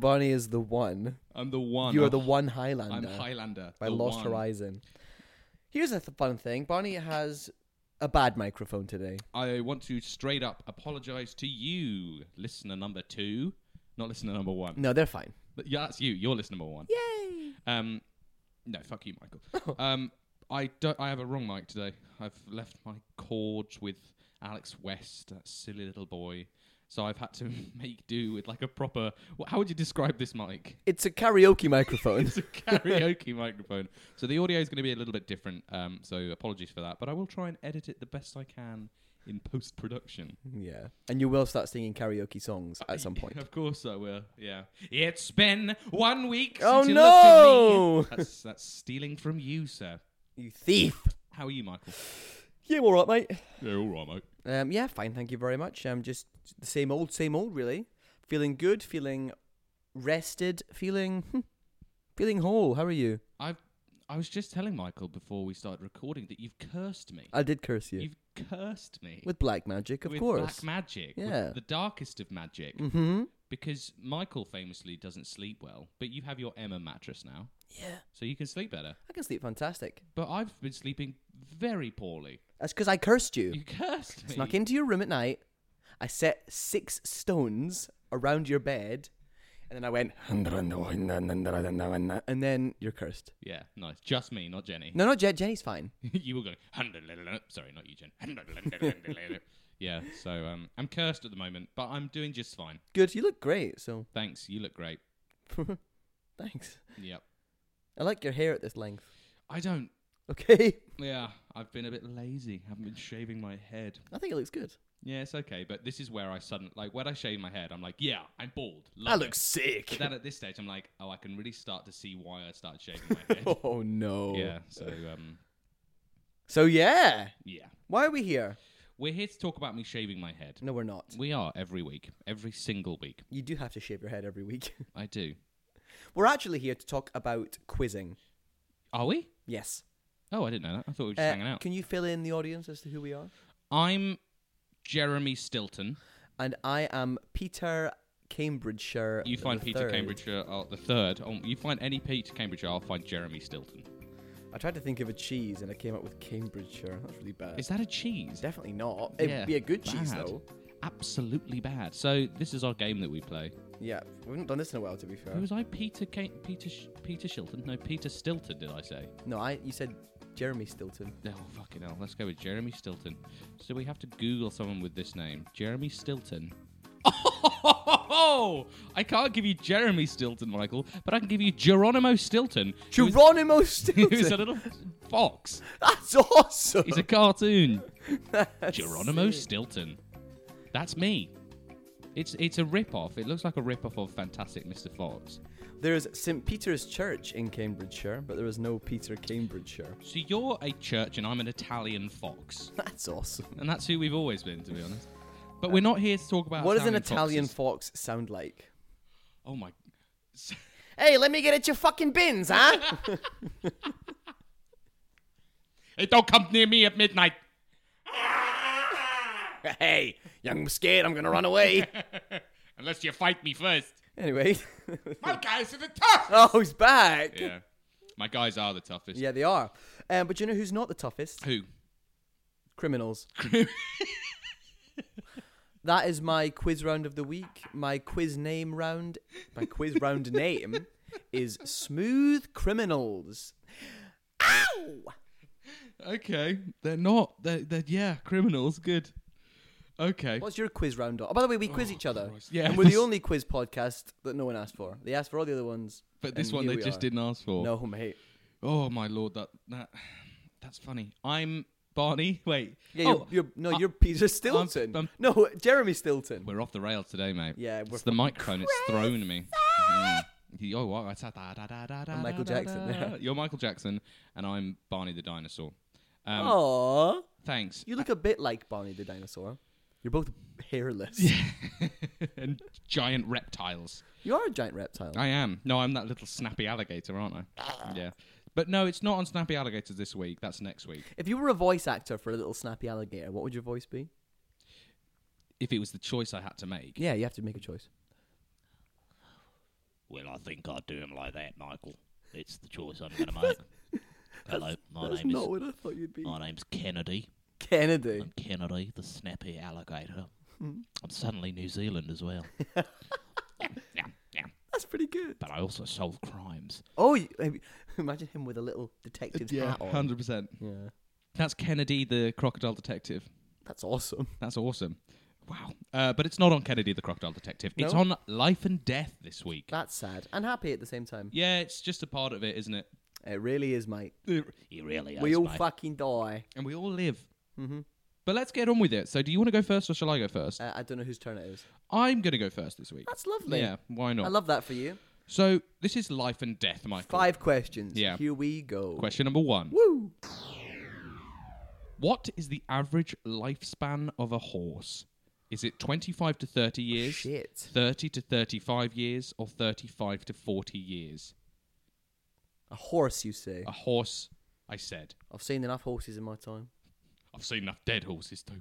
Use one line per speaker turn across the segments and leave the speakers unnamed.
Johnny is the one.
I'm the one.
You are
I'm
the one
Oh, I'm
Highlander
Highlander.
by
the
Lost
one.
Horizon. Here's a th- fun thing. Barney has a bad microphone today.
I want to straight up apologize to you, listener number two, not listener number one.
No, they're fine.
But yeah, that's you. You're listener number one.
Yay!
Um, no, fuck you, Michael. um, I don't. I have a wrong mic today. I've left my cords with Alex West, that silly little boy. So I've had to make do with like a proper. wh- How would you describe this mic?
It's a karaoke microphone.
It's a karaoke microphone. So the audio is going to be a little bit different. Um, so apologies for that, but I will try and edit it the best I can in post production.
yeah, and you will start singing karaoke songs at some point.
Of course I will. Yeah. It's been one week.
Oh,
since you looked
no!
at me. That's that's stealing from you, sir.
You thief!
How are you, Michael?
Yeah, I'm all right, mate.
Yeah, all right, mate.
Um, yeah, fine. Thank you very much. I'm just the same old, same old. Really, feeling good, feeling rested, feeling, hmm, feeling whole. How are you?
I've I was just telling Michael before we started recording that you've cursed me.
I did curse you
You've cursed me
Oh, with black magic, of
with
course.
black magic, with
Yeah.
the darkest of magic.
mm-hmm.
Because Michael famously doesn't sleep well, but you have your Emma mattress now,
Yeah,
so you can sleep better.
I can sleep fantastic.
But I've been sleeping very poorly.
That's because I cursed you.
You cursed me.
Snuck into your room at night. I set six stones around your bed, and then I went. And then you're cursed.
Yeah, nice. Just me, not Jenny.
No, no, Jen, Jenny's fine.
you were going "Hundalalalalala." sorry not you jen "Hundalalalalala." yeah so um, i'm cursed at the moment but i'm doing just fine
Good. You look great. So
thanks you look great
thanks.
yep
I like your hair at this length.
i don't
Okay.
yeah i've been a bit lazy haven't been shaving my head
I think it looks good.
yeah it's okay but this is where i suddenly like when i shave my head i'm like yeah i'm bald
That
Love it."
looks sick.
but then at this stage i'm like oh i can really start to see why i started shaving my head
oh no.
yeah so um
So yeah,
yeah
why are we here?
we're here to talk about me shaving my head
No, we're not.
we are every week every single week
You do have to shave your head every week.
i do
we're actually here to talk about quizzing.
are we
Yes.
Oh, I didn't know that. I thought we were just
Uh,
hanging out.
Can you fill in the audience as to who we are?
I'm Jeremy Stilton.
And I am Peter Cambridgeshire.
You find
the
Peter
third.
Cambridgeshire uh, the third. Oh, you find any Peter Cambridgeshire, I'll find Jeremy Stilton.
I tried to think of a cheese and I came up with Cambridgeshire. That's really bad.
Is that a cheese?
Definitely not. It'd
Yeah,
be a good cheese
bad.
though.
Absolutely bad. So this is our game that we play.
Yeah, we haven't done this in a while to be fair.
Who was I? Peter Ca- Peter Sh- Peter Shilton? No, Peter Stilton. Did I say?
No, I. You said Jeremy Stilton.
No, oh, fucking hell. Let's go with Jeremy Stilton. So we have to Google someone with this name, Jeremy Stilton. Oh, I can't give you Jeremy Stilton, Michael, but I can give you Geronimo Stilton. who was-
Geronimo
He's a
Stilton.
little fox.
That's awesome.
He's a cartoon.
That's
Geronimo
sick.
Stilton. That's me. It's it's a rip-off. It looks like a rip-off of Fantastic Mr. Fox.
There's St Peter's Church in Cambridgeshire, but there is no Peter Cambridgeshire.
So you're a church and I'm an Italian fox.
That's awesome.
And that's who we've always been, to be honest. But we're not here to talk about
What does an Italian
foxes.
fox sound like?
Oh my
Hey, let me get at your fucking bins, huh?
Hey, don't come near me at midnight.
hey, I'm scared. I'm gonna run away.
Unless you fight me first.
anyway,
My guys are the toughest.
oh, he's back. Yeah,
Yeah. My guys are the toughest.
they are. Um, but you know who's not the toughest?
Who?
Criminals. that is my quiz round of the week. My quiz name round. My quiz round name is Smooth Criminals. Ow!
Okay, they're not. They're, they're yeah, criminals. Good. Okay.
What's your quiz round? on? Oh, by the way, we quiz each other.
Christ. Yeah.
And we're the only quiz podcast that no one asked for. They asked for all the other ones.
But this
and
one
here
they
we
just
are.
didn't ask for.
No, mate.
Oh my lord, that that that's funny. I'm Barney. Wait.
Yeah,
oh,
you're, you're, no,
I-
you're Peter Stilton.
I'm-
no, Jeremy Stilton.
we're off the rails today, mate.
Yeah, we're
It's the microphone. It's thrown me. Mm. Yo, what? It's a da, da, da, da, da,
Michael
da,
Jackson,
da.
yeah.
You're Michael Jackson, and I'm Barney the dinosaur. Um,
Aww.
Thanks.
You look a bit like Barney the dinosaur. You're both hairless.
and giant reptiles.
You are a giant reptile.
I am. No, I'm that little snappy alligator, aren't I? yeah. But no, it's not on snappy alligators this week. That's next week.
If you were a voice actor for a little snappy alligator, what would your voice be?
If it was the choice I had to make,
Yeah, you have to make a choice.
Well, I think I'd do him like that, Michael. It's the choice I'm going to make. Hello, my
That's
name
not
is
what I thought you'd be.
my name's Kennedy.
Kennedy.
I'm Kennedy, the snappy alligator. I'm suddenly New Zealand as well. yeah, yeah.
That's pretty good.
But I also solve crimes.
Oh, you, imagine him with a little detective's hat on.
hundred percent.
Yeah.
That's Kennedy, the crocodile detective.
That's awesome.
That's awesome. Wow. Uh, but it's not on Kennedy, the crocodile detective. It's
No?
on Life and Death this week.
That's sad and happy at the same time.
Yeah, it's just a part of it, isn't it?
It really is, mate.
You really
we
is,
all
mate.
fucking die.
And we all live.
Mm-hmm.
But let's get on with it. So, do you want to go first, or shall I go first?
Uh, I don't know whose turn it is.
I'm going to go first this week.
That's lovely.
Yeah, why not?
I love that for you.
so, this is Life and Death, Michael.
Five questions.
Yeah.
Here we go.
Question number one.
Woo!
What is the average lifespan of a horse? Is it 25 to 30 years,
Oh, Shit.
30 to 35 years, or 35 to 40 years?
A horse, you say?
A horse, I said.
I've seen enough horses in my time.
I've seen enough dead horses too.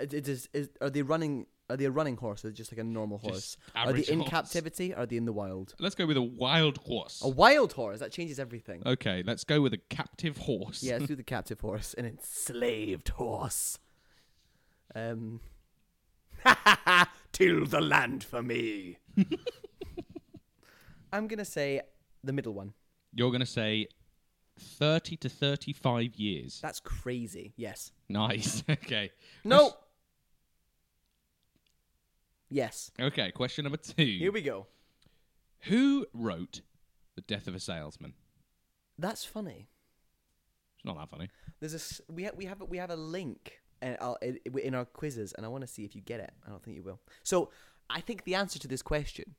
It, it is, is, are they running? Are they a running horse or just like a normal horse?
Just
Are they
average
in
horse.
captivity? Or are they in the wild?
Let's go with a wild horse.
A wild horse that changes everything.
Okay, let's go with a captive horse.
Yeah, let's do the captive horse, an enslaved horse. Um, till the land for me. I'm gonna say the middle one.
You're going to say 30 to 35 years.
That's crazy. Yes.
nice. okay.
No. Yes.
Okay, question number two.
Here we go.
Who wrote The Death of a Salesman?
That's funny.
It's not that funny.
There's a s- we ha- we have a- we have a link and I'll, i- i- in our quizzes, and I want to see if you get it. I don't think you will. So I think the answer to this question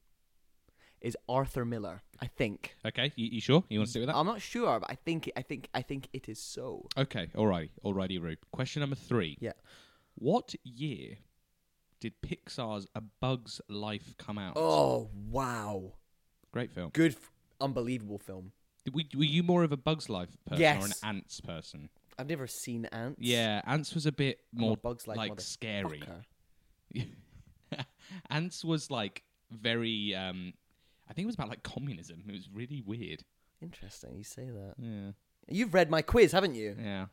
is Arthur Miller. I think
Okay, you, you sure? You want to stick with that?
I'm not sure, but I think I think I think it is so.
Okay, alrighty, alrighty, Rube. Question number three.
Yeah.
What year did Pixar's A Bug's Life come out?
Oh wow,
Great film.
good, f- unbelievable film.
Did we, were you more of a Bug's Life person
Yes.
or an Ants person?
I've never seen ants.
Yeah, Ants was a bit
a
more
Bug's Life
like
motherfucker.
scary. Ants was like very. Um, I think it was about like communism. It was really weird.
Interesting, you say that.
Yeah.
You've read my quiz, haven't you?
Yeah.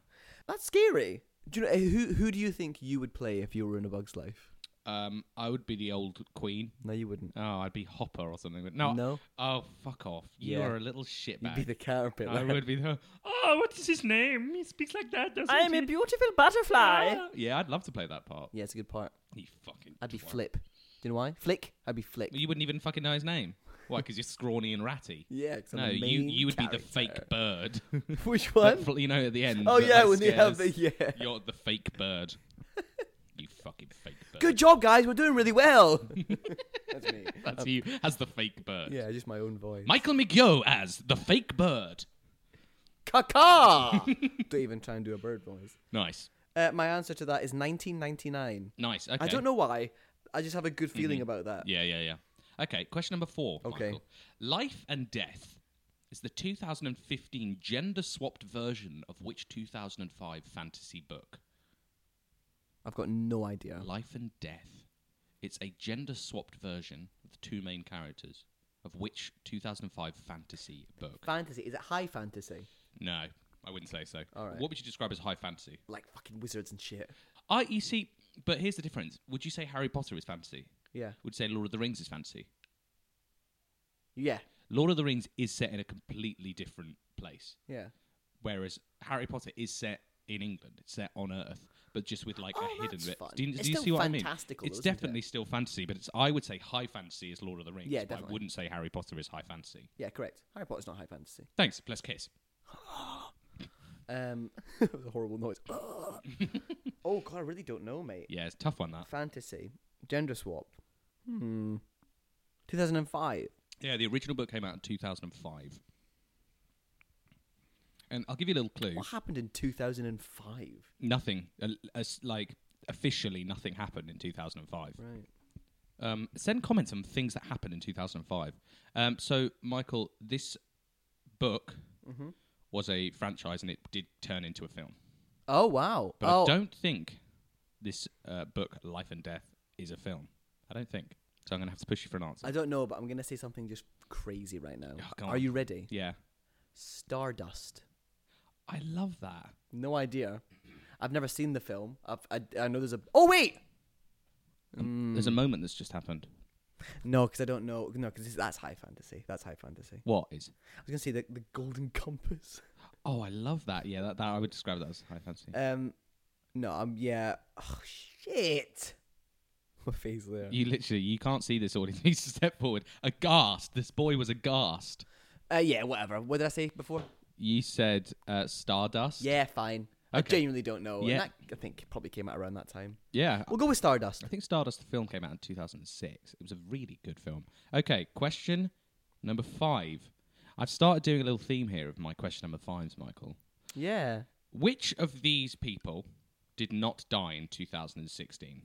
That's scary. Do you know who who do you think you would play if you were in a bug's life?
Um, I would be the old queen.
No, you wouldn't.
Oh, I'd be Hopper or something. But no.
No.
Oh, fuck off. You
Yeah.
are a little
You'd be
shitbag.
the caterpillar.
I would be the. Oh, what is his name? He speaks like that, doesn't he?
beautiful butterfly.
Ah. Yeah, I'd love to play that part.
Yeah, it's a good part.
You fucking.
I'd be
twat.
Flip. Do you know why? Flick? I'd be Flick.
You wouldn't even fucking know his name. Why? Because you're scrawny and ratty.
Yeah, 'cause I'm
No,
the
you
main
you would be the
character.
fake bird.
Which
That
one?
fl- you know, at the end.
Oh,
that,
yeah,
like,
when they have
scares-
the- yeah.
You're the fake bird. you fucking fake bird.
Good job, guys. We're doing really well. That's me.
That's you as the fake bird.
Yeah, just my own voice.
Michael McGeough as the fake bird.
Kaka! Don't even try and do a bird voice.
Nice,
Uh, my answer to that is 1999.
nice. Okay. Mm-hmm.
I don't know why. I just have a good feeling about that.
Yeah, yeah, yeah. Okay, question number four.
Okay.
Michael. Life and Death is the 2015 gender swapped version of which 2005 fantasy book?
I've got no idea.
Life and Death. It's a gender swapped version of the two main characters of which 2005 fantasy book?
Fantasy. Is it high fantasy?
No, I wouldn't say so.
All right.
What would you describe as high fantasy?
Like fucking wizards and shit.
I, you see, but here's the difference. Would you say Harry Potter is fantasy?
Yeah.
Would you say Lord of the Rings is fantasy?
Yeah.
Lord of the Rings is set in a completely different place,
Yeah.
whereas Harry Potter is set in England. It's set on Earth, but just with like
Oh,
a hidden
that's
bit.
fun.
Do you,
It's
do you
still
see what I mean?
fantastical,
It's
isn't it?
definitely still fantasy, but it's I would say high fantasy is Lord of the Rings.
Yeah,
but I
definitely.
wouldn't say Harry Potter is high fantasy.
Yeah, correct. Harry Potter's not high fantasy.
Thanks. Let's kiss.
Um, it was a horrible noise. oh god, I really don't know, mate.
Yeah, it's a tough one that.
Fantasy, gender swap. Hmm. 2005.
Yeah, the original book came out in 2005. And I'll give you a little clue.
What happened in 2005?
Nothing, uh, as, like officially, nothing happened in 2005.
Right.
Um, send comments on things that happened in 2005. Um, so, Michael, this book
Mm-hmm.
was a franchise and it did turn into a film.
Oh wow.
But
oh,
I don't think this uh, book, Life and Death, is a film. I don't think. So I'm going to have to push you for an answer.
I don't know, but I'm gonna say something just crazy right now.
Oh, come
Are
on.
you ready?
yeah.
Stardust.
I love that.
No idea. I've never seen the film. I've, I, I know there's a. Oh wait. Mm.
There's
Hmm.
a moment that's just happened.
No, because I don't know. No, because that's high fantasy. That's high fantasy.
What is?
I was gonna say the, the Golden Compass.
Oh, I love that. Yeah, that, that I would describe that as high fantasy.
Um, no, I'm yeah. Oh shit. My face there.
You literally, you can't see this audience needs to step forward. Aghast. This boy was aghast.
Uh, yeah, whatever. What did I say before?
You said uh, Stardust.
Yeah, fine. I
Okay.
genuinely don't know. And
Yeah.
that, I think probably came out around that time.
Yeah.
We'll go with Stardust.
I think Stardust the film came out in 2006. It was a really good film. Okay, question number five. I've started doing a little theme here of my question number fives, Michael.
Yeah.
Which of these people did not die in 2016?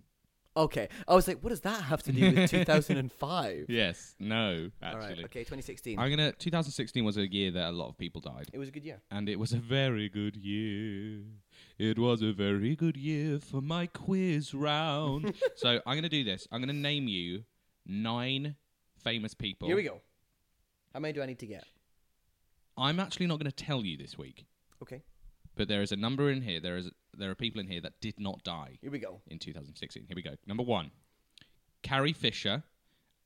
Okay. I was like, what does that have to do with 2005?
Yes, no,
All
actually.
right. Okay, 2016.
I'm gonna. 2016 was a year that a lot of people died,
It was a good year.
and it was a very good year. It was a very good year for my quiz round. so I'm gonna do this. I'm gonna name you nine famous people.
Here we go. How many do I need to get?
I'm actually not going to tell you this week,
Okay.
but there is a number in here. There is there are people in here that did not die
Here we go.
in 2016. Here we go. Number one, Carrie Fisher,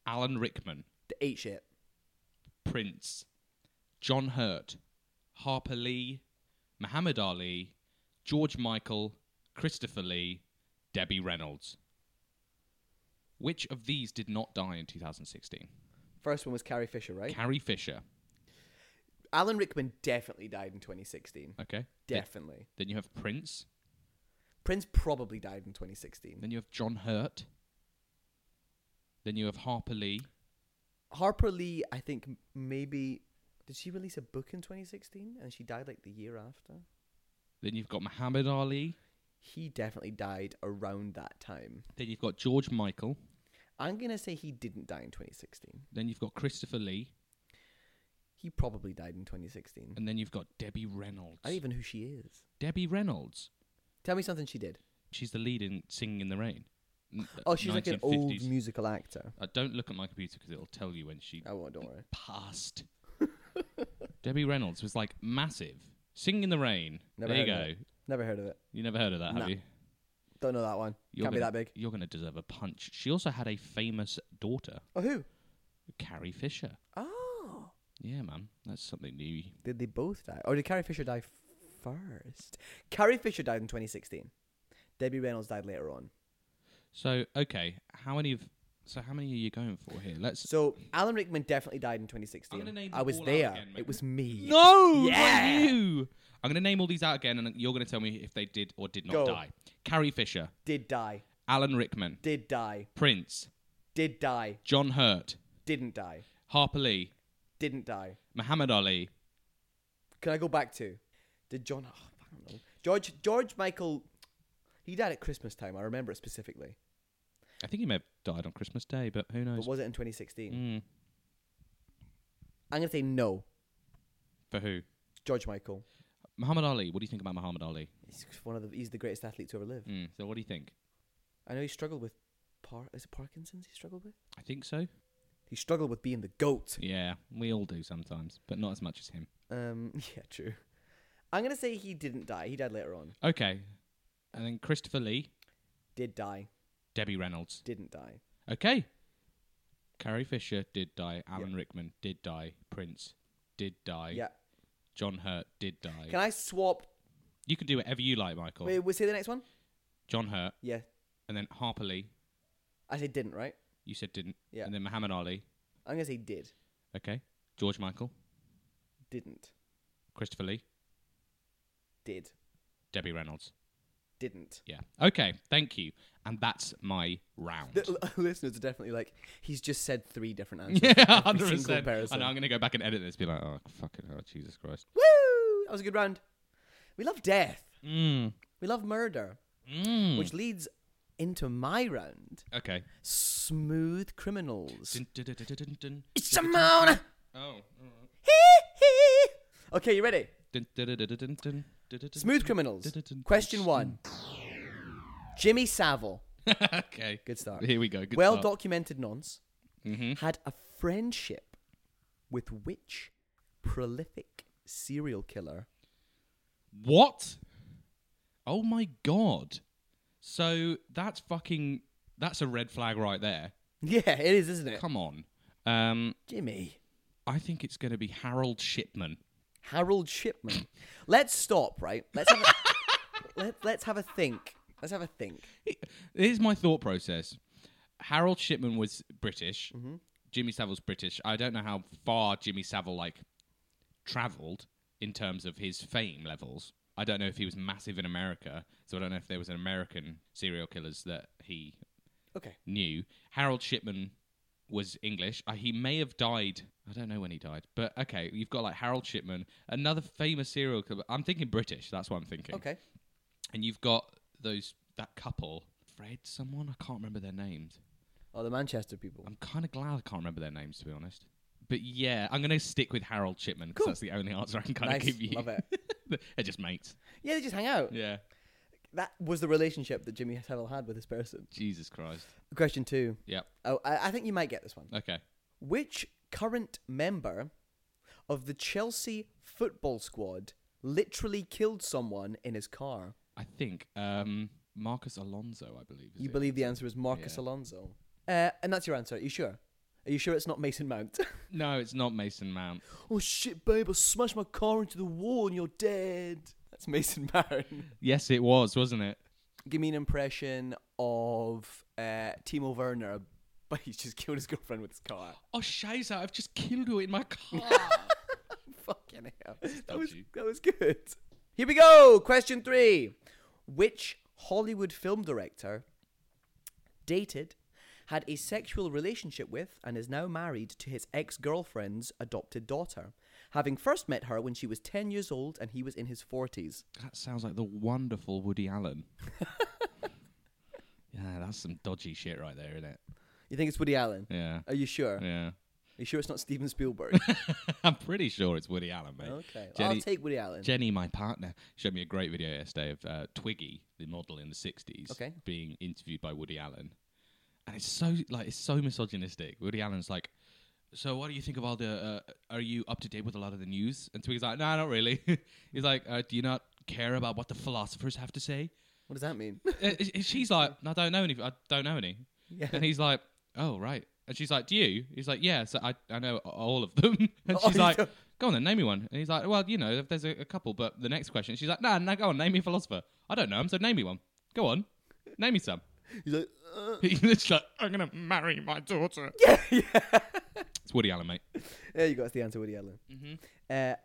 Alan Rickman,
The eight shit.
Prince, John Hurt, Harper Lee, Muhammad Ali, George Michael, Christopher Lee, Debbie Reynolds. Which of these did not die in 2016?
First one was Carrie Fisher, right?
Carrie Fisher.
Alan Rickman definitely died in 2016.
Okay. Th-
Definitely.
Then you have Prince.
Prince probably died in 2016.
Then you have John Hurt. Then you have Harper Lee.
Harper Lee, I think m- maybe did she release a book in 2016 and she died like the year after?
Then you've got Muhammad Ali.
He definitely died around that time.
Then you've got George Michael.
I'm going to say he didn't die in 2016.
Then you've got Christopher Lee.
He probably died in 2016.
And then you've got Debbie Reynolds.
I don't even know who she is.
Debbie Reynolds.
Tell me something she did.
She's the lead in Singing in the Rain. N-
Oh, she's like an old
1950s.
musical actor.
Uh, don't look at my computer because it'll tell you when she
I won't, don't worry.
passed. Debbie Reynolds was like massive. Singing in the Rain.
Never
there you
heard
go.
of Never heard of it.
You never heard of that,
Nah.
have you?
Don't know that one. Can't be
gonna-
that big.
You're going to deserve a punch. She also had a famous daughter,
Oh, who?
Carrie Fisher.
Oh.
Yeah, man, that's something new.
Did they both die? Or did Carrie Fisher die f- first? Carrie Fisher died in 2016. Debbie Reynolds died later on.
So, okay, how many of so how many are you going for here? Let's
So Alan Rickman definitely died in
I'm
2016.
gonna name
I
them
was
all out
there.
again, mate.
it was me.
no,
Yeah!
not you. I'm gonna name all these out again, and you're gonna tell me if they did or did not
Go.
die. Carrie Fisher,
Did die.
Alan Rickman,
Did die.
Prince,
Did die.
John Hurt,
Didn't die.
Harper Lee,
Didn't die.
Muhammad Ali.
Can I go back to? Did John? Oh, I don't know. George George Michael. He died at Christmas time. I remember it specifically.
I think he may have died on Christmas Day, but who
But
knows?
was it in 2016?
Mm,
I'm gonna say no.
for who?
George Michael.
Muhammad Ali. What do you think about Muhammad Ali?
He's one of the. He's the greatest athlete to ever live.
Mm, so, what do you think?
I know he struggled with. Par- is it Parkinson's? He struggled with.
I think so.
He struggled with being the goat.
Yeah, we all do sometimes, but not as much as him.
Um. Yeah. True. I'm gonna say he didn't die. He died later on.
Okay, and then Christopher Lee,
Did die.
Debbie Reynolds.
Didn't die.
Okay. Carrie Fisher did die. Alan Rickman did die. Prince did die.
Yeah.
John Hurt did die.
Can I swap?
you can do whatever you like, Michael.
Wait, we say the next one.
John Hurt,
Yeah.
and then Harper Lee.
I say didn't, right?
You said didn't.
Yeah.
And then Muhammad Ali.
I'm gonna say did.
Okay. George Michael.
Didn't.
Christopher Lee.
Did.
Debbie Reynolds.
Didn't.
Yeah. Okay. Thank you. And that's my round.
The l- listeners are definitely like, he's just said three different answers.
yeah,
for every
hundred
single
percent.
person.
And I'm gonna go back and edit this. Be like, oh fucking hell, Jesus Christ.
Woo! That was a good round. We love death.
Mm.
We love murder,
Mm.
which leads into my round.
okay.
Smooth criminals.
Dun, dun, dun, dun, dun, dun.
It's Simona.
Oh.
okay, you ready?
Dun, dun, dun, dun, dun, dun, dun, dun,
Smooth
dun.
criminals.
Du-du-dun-dun.
Question one. Jimmy Savile.
okay.
Good start.
Here we go. Good
well
start. Mm-hmm.
documented nonce. had a friendship with which prolific serial killer?
What? Oh my god. So that's fucking that's a red flag right there.
Yeah, it is, isn't it?
Come on. Um
Jimmy.
I think it's going to be Harold Shipman.
Harold Shipman. let's stop, right? Let's have a, let, let's have a think. Let's have a think.
Here's my thought process. Harold Shipman was British.
Mm-hmm.
Jimmy Savile's British. I don't know how far Jimmy Savile like traveled in terms of his fame levels. I don't know if he was massive in America, so I don't know if there was an American serial killers that he
Okay.
knew. Harold Shipman was English. Uh, he may have died. I don't know when he died, but okay, you've got like Harold Shipman, another famous serial killer. I'm thinking British. That's what I'm thinking.
Okay.
And you've got those that couple, Fred, someone I can't remember their names.
Oh, the Manchester people.
I'm kind of glad I can't remember their names to be honest. But yeah, I'm going to stick with Harold Shipman because
Cool.
that's the only answer I can kind
Nice.
of give you.
Love it.
They're just mates.
Yeah, they just hang out.
Yeah.
That was the relationship that Jimmy Savile had with this person.
Jesus Christ.
Question two.
Yep.
Oh, I, I think you might get this one.
Okay.
Which current member of the Chelsea football squad literally killed someone in his car?
I think um, Marcus Alonso, I believe. Is
you
it?
believe the answer is Marcus
Yeah.
Alonso. Uh, and that's your answer. Are you sure? Are you sure it's not Mason Mount?
No, it's not Mason Mount.
oh shit, babe, I smashed my car into the wall and you're dead. That's Mason Mount.
Yes, it was, wasn't it?
Give me an impression of uh, Timo Werner, but he's just killed his girlfriend with his car.
Oh, Shazer, I've just killed her in my car.
Fucking hell. That was,
dodgy.
that was good. Here we go. Question three. Which Hollywood film director dated, had a sexual relationship with, and is now married to his ex girlfriend's adopted daughter, having first met her when she was 10 years old and he was in his 40s?
that sounds like the wonderful Woody Allen. yeah, that's some dodgy shit right there, isn't it?
You think it's Woody Allen?
Yeah.
Are you sure? Are
Yeah.
you sure it's not Steven Spielberg?
I'm pretty sure it's Woody Allen, mate.
okay. I'll
Jenny-
take Woody Allen.
Jenny, my partner, showed me a great video yesterday of uh, Twiggy, the model in the '60s,
Okay.
being interviewed by Woody Allen, and it's so like it's so misogynistic. Woody Allen's like, "So, what do you think of all the? Uh, are you up to date with a lot of the news?" And Twiggy's like, "No, not really." He's like, uh, "Do you not care about what the philosophers have to say?"
what does that mean?
Uh, and- and she's like, "I don't know any. I don't know any."
Yeah.
And he's like, "Oh, right." And she's like, "Do you?" He's like, "Yeah." So I, I know all of them. And
Oh,
she's
you
like,
don't-
"Go on, then name me one." And he's like, "Well, you know, there's a, a couple, but the next question." She's like, "No, nah, no, go on, name me a philosopher. I don't know him, so name me one. Go on, name me some."
He's like, uh,
He's just like, "I'm gonna marry my daughter."
yeah.
It's Woody Allen, mate.
There you go. That's the answer, Woody Allen.
Mm-hmm.
Uh,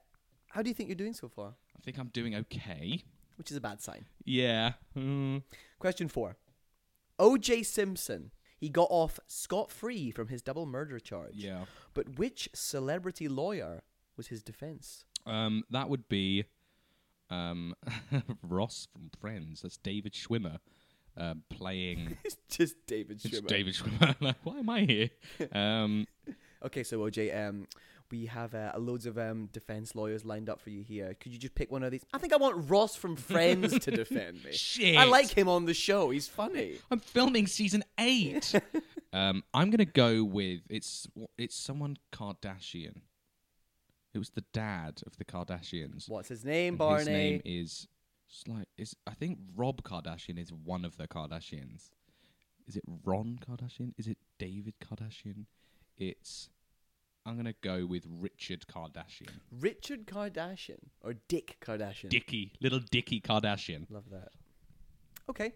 how do you think you're doing so far?
I think I'm doing okay.
Which is a bad sign.
Yeah. Mm.
Question four. O.J. Simpson. He got off scot free from his double murder charge.
Yeah.
But which celebrity lawyer was his defense?
Um, that would be, um, Ross from Friends. That's David Schwimmer, um, playing.
It's just David
It's David Schwimmer. like, why am I here? Um,
Okay, so O.J., um, we have uh, loads of um, defense lawyers lined up for you here. Could you just pick one of these? I think I want Ross from Friends to defend me.
Shit.
I like him on the show. He's funny.
I'm filming season eight. um, I'm gonna go with it's it's someone Kardashian. It was the dad of the Kardashians.
What's his name,
And
Barney?
His name is it's like is I think Rob Kardashian is one of the Kardashians. Is it Ron Kardashian? Is it David Kardashian? It's I'm gonna go with Richard Kardashian.
Richard Kardashian or Dick Kardashian?
Dicky, little Dicky Kardashian.
Love that. Okay.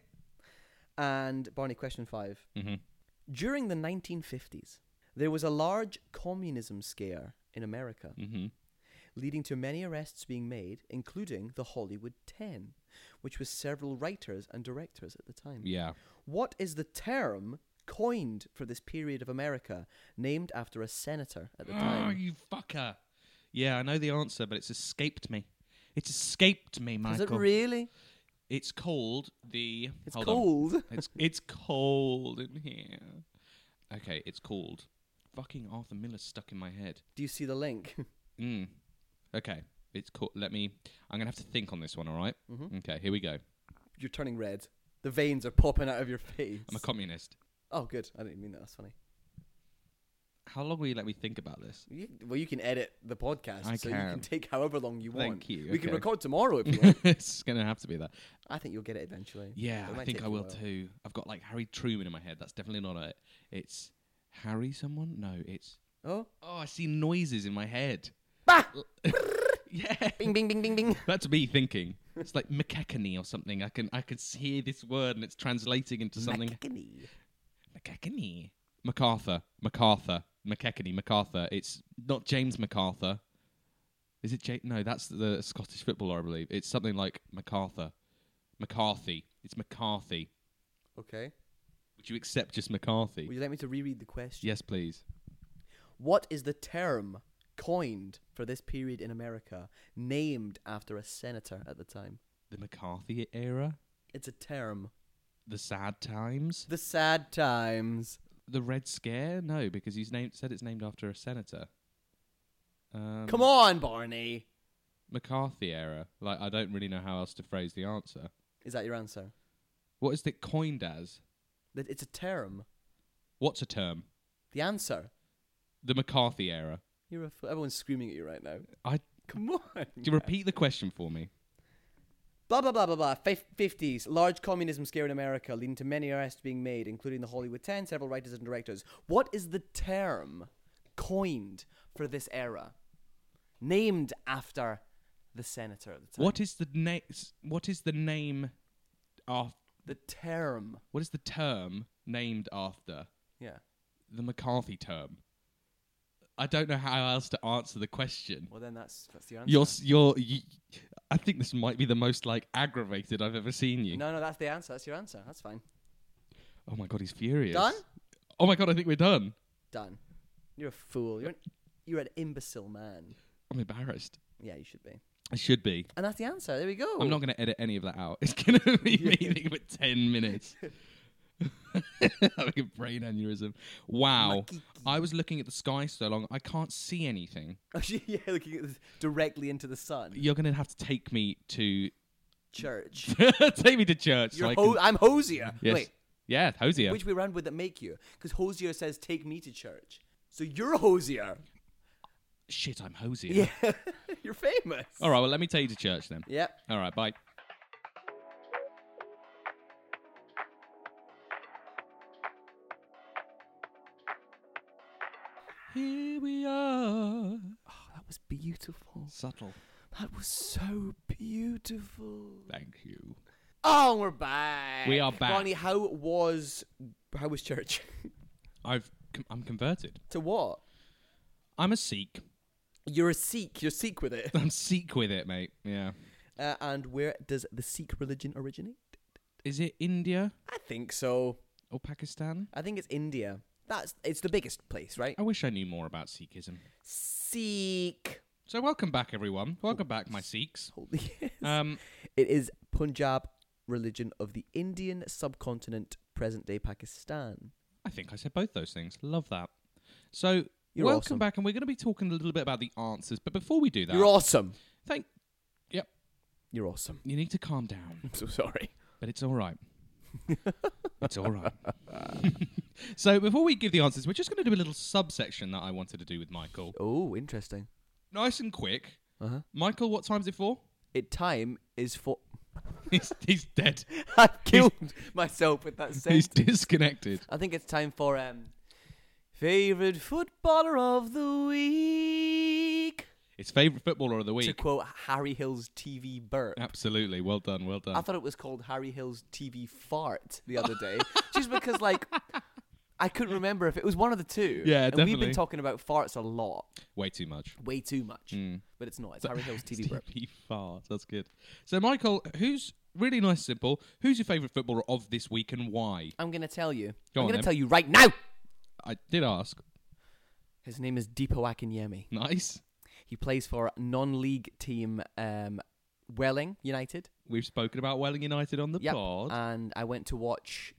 And Barney, question five.
hmm
During the 1950s, there was a large communism scare in America,
hmm
leading to many arrests being made, including the Hollywood 10, which was several writers and directors at the time.
Yeah.
What is the term coined for this period of America, named after a senator at the
Oh,
time?
you fucker. Yeah, I know the answer, but it's escaped me. It's escaped me,
is
Michael.
it really?
It's called the.
It's
hold on.
cold.
It's it's cold in here. Okay, it's called. Fucking Arthur Miller stuck in my head.
Do you see the link?
Mm. Okay, it's called. Let me. I'm gonna have to think on this one. All right?
Mm-hmm.
Okay, here we go.
You're turning red. The veins are popping out of your face.
I'm a communist.
oh, good. I didn't mean that. That's funny.
How long will you let me think about this?
You, well, you can edit the podcast,
I
so you can
can.
take however long you want.
Thank you,
We can
okay.
record tomorrow if you want.
it's gonna have to be that.
I think you'll get it eventually.
Yeah,
But it
I
might
think
take
I
you a
will
while.
too. I've got like Harry Truman in my head. That's definitely not it. It's Harry someone? No, it's
Oh,
oh, I see noises in my head.
bah!
Yeah,
Bing, bing, bing, bing, bing.
that's me thinking. It's like McKechnie or something. I can I can hear this word and it's translating into something.
Macaroni.
McKechnie. MacArthur. MacArthur. McKechnie. MacArthur. It's not James MacArthur. Is it James? No, that's the Scottish footballer, I believe. It's something like MacArthur. McCarthy. It's McCarthy.
Okay.
Would you accept just McCarthy?
Would you like me to reread the question?
Yes, please.
What is the term coined for this period in America, named after a senator at the time?
The McCarthy era,
It's a term.
the sad times,
The sad times.
the Red Scare. No, because he's named said it's named after a senator. Um,
Come on, Barney.
McCarthy era. Like I don't really know how else to phrase the answer.
Is that your answer?
What is it coined as?
That it's a term.
What's a term?
The answer.
The McCarthy era.
You're a f- everyone's screaming at you right now.
I.
Come on.
Do you repeat the question for me?
Blah blah blah blah blah. Fif- 50s. Large communism scare in America, leading to many arrests being made, including the Hollywood 10, several writers and directors. What is the term coined for this era? Named after the senator at the time.
What is the na- s- What is the name? Af-
The term.
what is the term named after?
Yeah.
The McCarthy term. I don't know how else to answer the question.
Well, then that's that's the answer.
You're, s- you're, you, I think this might be the most like aggravated I've ever seen you.
no, no, that's the answer. That's your answer. That's fine.
Oh my god, he's furious.
Done?
Oh my god, I think we're done.
Done. You're a fool. You're an, you're an imbecile man.
I'm embarrassed.
Yeah, you should be.
I should be.
And that's the answer. There we go.
I'm not going to edit any of that out. It's going to be me meeting for ten minutes. Having a brain aneurysm. Wow.
Makiki.
I was looking at the sky so long, I can't see anything.
yeah, looking at this directly into the sun.
You're going to have to take me to
Church.
take me to church. so
You're
I
ho-
can, Mm-hmm.
I'm Hosier.
yes.
Wait,
Yeah, Hosier.
which way round would that make you? Because Hosier says, "Take me to church." So you're Hosier.
Shit, I'm Hosier.
Yeah, you're famous.
All right, well, let me take you to church then.
Yep.
All right, bye. Here we are.
Oh, that was beautiful.
Subtle.
That was so beautiful.
Thank you.
Oh, we're back.
We are back.
Ronnie, how was how was church?
I've com- I'm converted.
to what?
I'm a Sikh.
You're a Sikh. You're Sikh with it.
I'm Sikh with it, mate. Yeah.
Uh, and where does the Sikh religion originate?
Is it India
I think so.
or Pakistan?
I think it's India. That's it's the biggest place, right?
I wish I knew more about Sikhism.
Sikh.
So welcome back, everyone. Welcome back, my Sikhs.
Holy.
Um,
It is Punjab religion of the Indian subcontinent, present day Pakistan.
I think I said both those things. Love that. So
You're
welcome
awesome.
back, and we're going to be talking a little bit about the answers. But before we do that,
You're awesome.
thank. Yep,
You're awesome.
you need to calm down,
I'm so sorry.
but it's all right. it's all right. so before we give the answers, we're just going to do a little subsection that I wanted to do with Michael.
Oh, interesting.
Nice and quick.
Uh huh.
Michael, what time's it for?
It time is for.
he's, he's dead.
I killed myself with that
He's
sentence.
disconnected.
I think it's time for um, favorite footballer of the week.
It's favorite footballer of the
To
week.
quote Harry Hill's TV burp.
Absolutely. Well done. Well done.
I thought it was called Harry Hill's TV fart the other day, just because like I couldn't remember if it was one of the two.
Yeah,
and We've been
definitely.
talking about farts a lot,
Way too much.
way too much,
Hmm.
but it's not. It's Harry Hill's TV burp.
TV fart. That's good. So, Michael, who's really nice, simple? Who's your favourite footballer of this week and why?
I'm gonna tell you.
Go
I'm
on
gonna
then.
tell you right now.
I did ask.
His name is Deepo Akinyemi.
Nice.
He plays for non-league team um, Welling United.
We've spoken about Welling United on the
Yep. Uh,
pod.
And I went to watch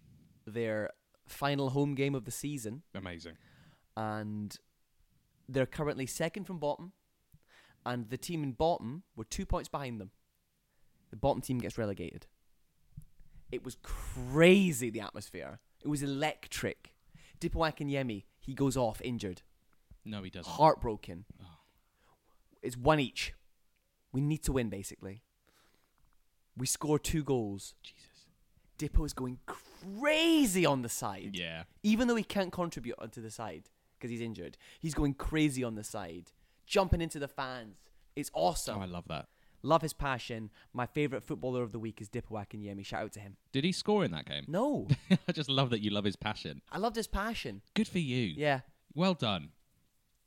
their final home game of the season.
Amazing.
and they're currently second from bottom, and the team in bottom were two points behind them. The bottom team gets relegated. It was crazy the atmosphere. It was electric. Dipo Akinyemi, he goes off injured.
No, he doesn't.
Heartbroken.
Oh.
It's one each. We need to win, basically. We score two goals.
Jesus.
Dippo is going crazy on the side.
Yeah.
Even though he can't contribute onto the side because he's injured, he's going crazy on the side, jumping into the fans. It's awesome.
Oh, I love that.
Love his passion. My favorite footballer of the week is Dippo Yemi. Shout out to him.
Did he score in that game?
No,
I just love that you love his passion.
I loved his passion.
Good for you.
Yeah,
Well done.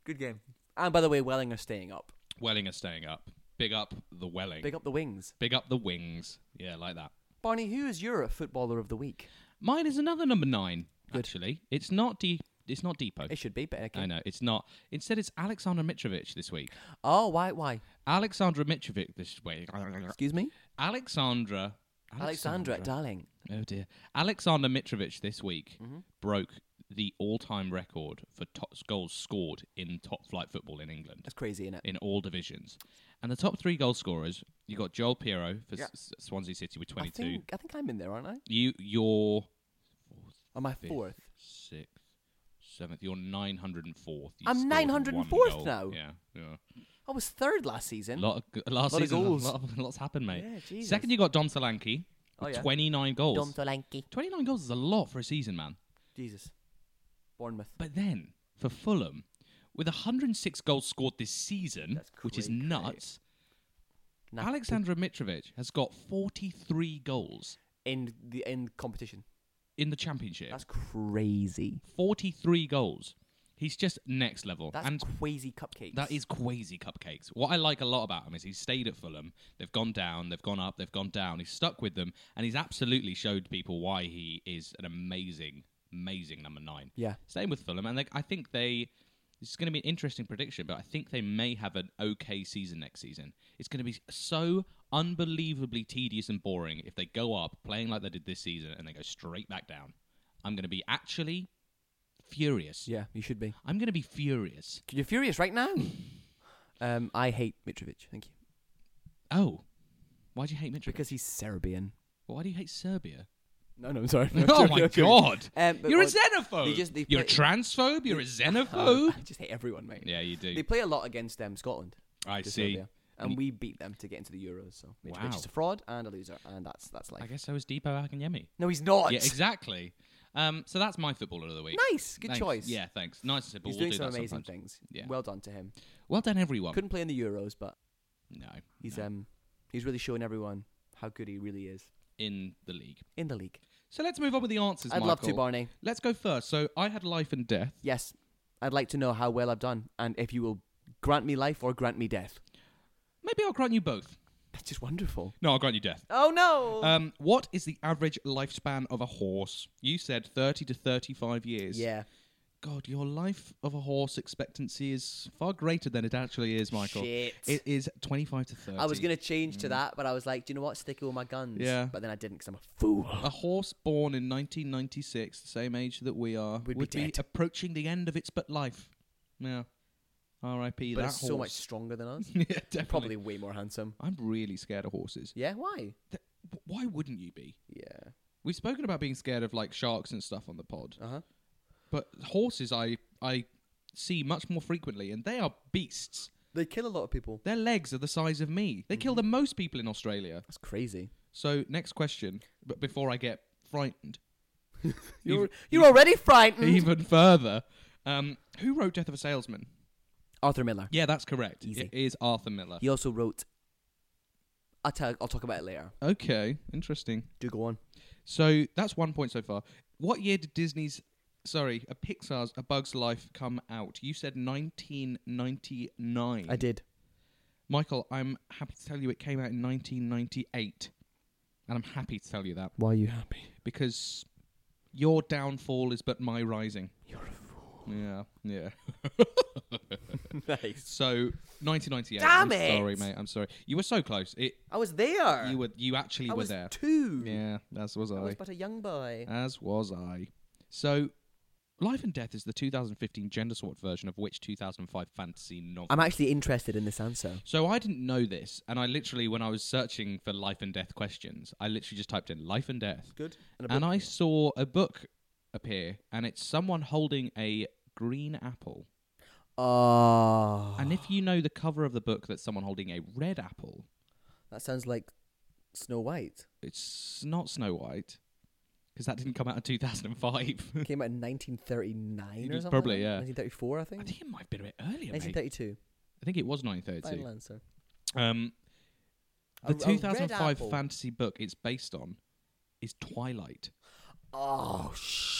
good game. And by the way, Welling are staying up.
Welling are staying up. Big up the Welling.
Big up the wings.
Big up the wings. Yeah, like that.
Barney, who is your footballer of the week?
Mine is another number nine.
Good.
Actually, it's not D. It's not Depot.
It should be, but okay.
I know it's not. Instead, it's Alexander Mitrovic this week.
Oh, why? Why?
Alexandra Mitrovic this week.
Excuse me,
Alexandra.
Alexandra, darling.
Oh dear. Alexander Mitrovic this week
Mm-hmm.
broke the all-time record for top goals scored in top-flight football in England
That's crazy, innit?
in all divisions. And the top three goal scorers, you got Joel Piero for
Yeah.
S- Swansea City with
I
22.
think I think I'm in there, aren't I?
You, you're
Am I
fifth,
fourth?
sixth, seventh. You're 904th. You
I'm
scored
904th
one goal.
now.
Yeah, yeah.
I was third last season.
Lot of, g- last
Lot of
season,
goals.
Lot of, lots happened, mate.
Yeah, Jesus.
Second, you got Dom Solanke
Oh,
with
yeah.
29 goals.
Dom Solanke.
29 goals is a lot for a season, man.
Jesus. Bournemouth.
But then for Fulham, with 106 goals scored this season,
That's
which is
cray-cray.
nuts,
Nah,
Alexandra Mitrovic has got 43 goals
in the in competition.
in the championship.
That's crazy.
43 goals. He's just next level.
That's
and
crazy cupcakes.
that is crazy cupcakes. What I like a lot about him is he's stayed at Fulham. They've gone down, they've gone up, they've gone down. He's stuck with them, and he's absolutely showed people why he is an amazing, amazing number nine.
Yeah.
Same with Fulham, and they, I think they. It's going to be an interesting prediction, but I think they may have an okay season next season. It's going to be so unbelievably tedious and boring if they go up playing like they did this season and they go straight back down. I'm going to be actually furious.
Yeah, you should be.
I'm going to be furious.
You're furious right now. um, I hate Mitrovic. Thank you.
Oh, why do you hate Mitrovic?
Because he's Serbian.
why do you hate Serbia?
No, no, I'm sorry.
oh my god!
Um, but
you're a
what-
xenophobe.
they just- they
you're a
play-
transphobe. You're a
Oh,
xenophobe.
I just hate everyone, mate.
yeah, you
They
do.
play a lot against um, Scotland.
I
to
see. Mm.
Serbia, and we beat them to get into the Euros. So Mitrovic
Wow.
is a fraud and a loser, and that's that's
I
life.
guess so is Deepo Akanyemi.
No, he's not.
Yeah, exactly. Um, so that's my footballer of the week.
Nice, good
Thanks.
choice.
Yeah, thanks. Nice and simple.
he's
we'll
doing
do
some
that
amazing
sometimes.
things.
Yeah.
Well done to him.
Well done, everyone.
Couldn't play in the Euros, but
no,
he's
no.
um he's really showing everyone how good he really is
in the league.
in the league.
So let's move on with the answers.
I'd love to,
Michael.
Barney.
Let's go first. So I had life and death.
Yes, I'd like to know how well I've done, and if you will grant me life or grant me death.
Maybe I'll grant you both.
That's just wonderful.
No, I'll grant you death.
Oh no!
Um, what is the average lifespan of a horse? You said 30 to 35 years.
yeah,
God, your life of a horse expectancy is far greater than it actually is, Michael.
Shit.
It is 25 to 30.
I was gonna change to that, but I was like, do you know what? Stick it with my guns.
Yeah.
But then I didn't because I'm a fool.
A horse born in 1996, the same age that we are,
Would be
would be,
dead.
approaching the end of its but life. Yeah. R.I.P.
but
that
it's
horse.
so much stronger than us.
yeah, definitely.
Probably way more handsome.
I'm really scared of horses.
Yeah. Why?
Th- w- Why wouldn't you be?
Yeah.
We've spoken about being scared of like sharks and stuff on the pod,
Uh huh.
but horses I I see much more frequently, and they are beasts.
They kill a lot of people.
Their legs are the size of me. They kill the
Mm-hmm.
most people in Australia.
That's crazy.
So next question, but before I get frightened
You're
You're-
you're already frightened.
even further, um, who wrote Death of a Salesman?
Arthur Miller.
Yeah, that's correct.
Easy.
It is Arthur Miller.
He also wrote. I'll, tell, I'll talk about it later. Mm-hmm.
Okay, interesting.
Uh, Do go on.
So that's one point so far. What year did Disney's, sorry, a Pixar's A Bug's Life come out? You said 1999.
I did.
Michael, I'm happy to tell you it came out in 1998, and I'm happy to tell you that.
Why are you happy?
because your downfall is but my rising.
You're a
Yeah, yeah.
nice.
So 1998.
Damn
I'm
it!
Sorry, mate. I'm sorry. You were so close. It.
I was there.
You were. You actually
I
were
was
there.
two.
yeah, Uh, as was
I was
I.
but a young boy.
As was I. So, Life and Death is the 2015 gender swapped version of which 2005 fantasy novel?
I'm actually interested in this answer.
So I didn't know this, and I literally, when I was searching for life and death questions, I literally just typed in life and death.
Good. And
And,
a book.
I saw a book appear, and it's someone holding a green apple.
Oh.
And if you know the cover of the book that's someone holding a red apple,
That sounds like Snow White.
it's not Snow White because that didn't come out in 2005.
Came out in 1939
It
or
was
something.
probably,
like that?
yeah.
1934, I think.
I think it might have been a bit earlier. Mate.
1932.
I think it was
Final
1932.
answer.
Um,
A-
the
a red
2005
apple.
fantasy book it's based on is Twilight.
Oh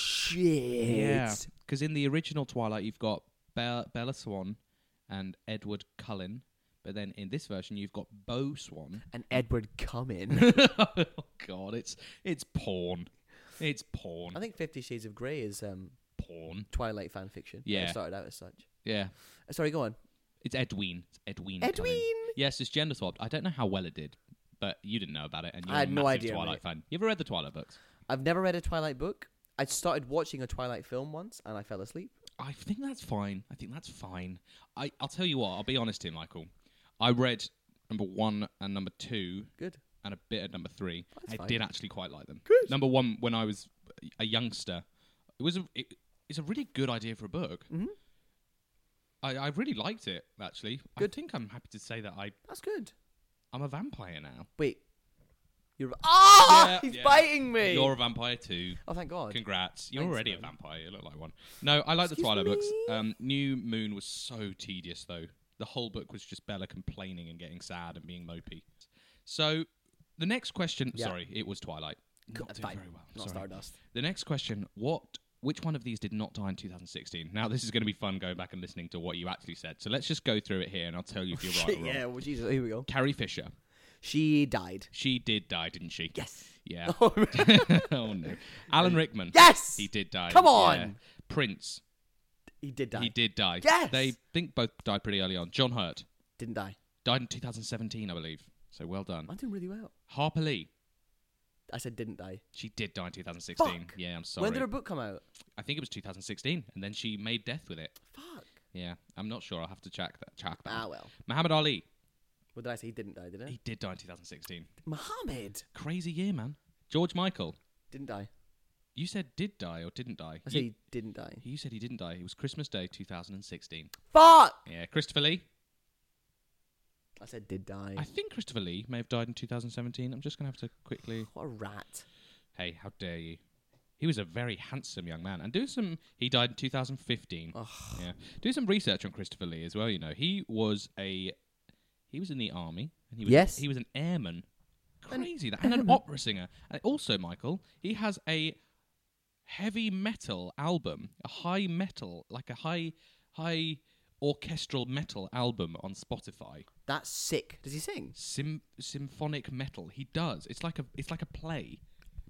shit!
because in the original Twilight, you've got Bella, Bella Swan and Edward Cullen, but then in this version, you've got Beau Swan.
And Edward Cumming.
oh God, it's it's porn. It's porn.
I think Fifty Shades of Grey is um,
porn.
Twilight fan fiction. It
Yeah. Mm,
started out as such.
Yeah,
Uh, Sorry, go on.
it's Edwin. It's Edwin. Cullen.
Edwin.
Yes, it's gender swapped. I don't know how well it did, but you didn't know about it, and you're
I had
a
no
massive
idea,
Twilight
mate.
fan. You ever read the Twilight books?
I've never read a Twilight book. I started watching a Twilight film once, and I fell asleep.
I think that's fine. I think that's fine. I, I'll tell you what. I'll be honest here, Michael. I read number one and number two
Good.
and a bit at number three.
That's
I
fine.
did actually quite like them.
Good.
Number one, when I was a youngster, it was a it, it's a really good idea for a book.
Mhm.
I, I really liked it actually.
Good.
I think I'm happy to say that I
That's good.
I'm a vampire now.
Wait. You're. Ah!
Yeah,
he's
yeah.
biting me.
You're a vampire too.
Oh, thank God.
Congrats! You're
Thanks,
already a
man.
vampire. You look like one. No, I like the
Excuse
Twilight books.
me?
Um, New Moon was so tedious though. The whole book was just Bella complaining and getting sad and being mopey. So the next question.
Yeah.
Sorry, it was Twilight.
Cool,
Not doing
fine.
very well.
Not
sorry.
Stardust.
The next question: What? Which one of these did not die in 2016? Now this is going to be fun going back and listening to what you actually said. So let's just go through it here, and I'll tell you if you're right or wrong.
yeah. Well, Jesus. Here we go.
Carrie Fisher,
She died.
she did die, didn't she?
Yes.
Yeah. oh no. Alan Rickman.
Yes.
He did die.
Come
yeah.
on!
Prince.
He did die.
He did die.
Yes!
They think both died pretty early on. John Hurt
Didn't die.
died in 2017, I believe. So well done.
I'm doing really well.
Harper Lee.
I said didn't die.
She did die in 2016.
Fuck.
Yeah, I'm sorry.
When did her book come out?
I think it was 2016, and then she made death with it.
Fuck.
Yeah, I'm not sure. I'll have to check that. Check that.
Ah well.
Muhammad Ali.
What did I say? He didn't die, did I?
He did die in 2016.
Muhammad
Crazy year, man. George Michael.
didn't die.
You said did die or didn't
I
die. You-
said he didn't die.
you said he didn't die. It was Christmas Day 2016.
Fuck.
Yeah, Christopher Lee.
I said did die.
I think Christopher Lee may have died in 2017. I'm just going to have to quickly.
What a rat.
Hey, how dare you? He was a very handsome young man, and do some. He died in 2015.
Ugh.
Yeah, do some research on Christopher Lee as well. You know, he was a he was in the army, and he was
Yes.
he was an airman.
An
Crazy that, and an opera singer. And also, Michael, he has a heavy metal album, a high metal, like a high high orchestral metal album on Spotify.
That's sick. Does he sing?
Sym- symphonic metal. He does. It's like a it's like a play,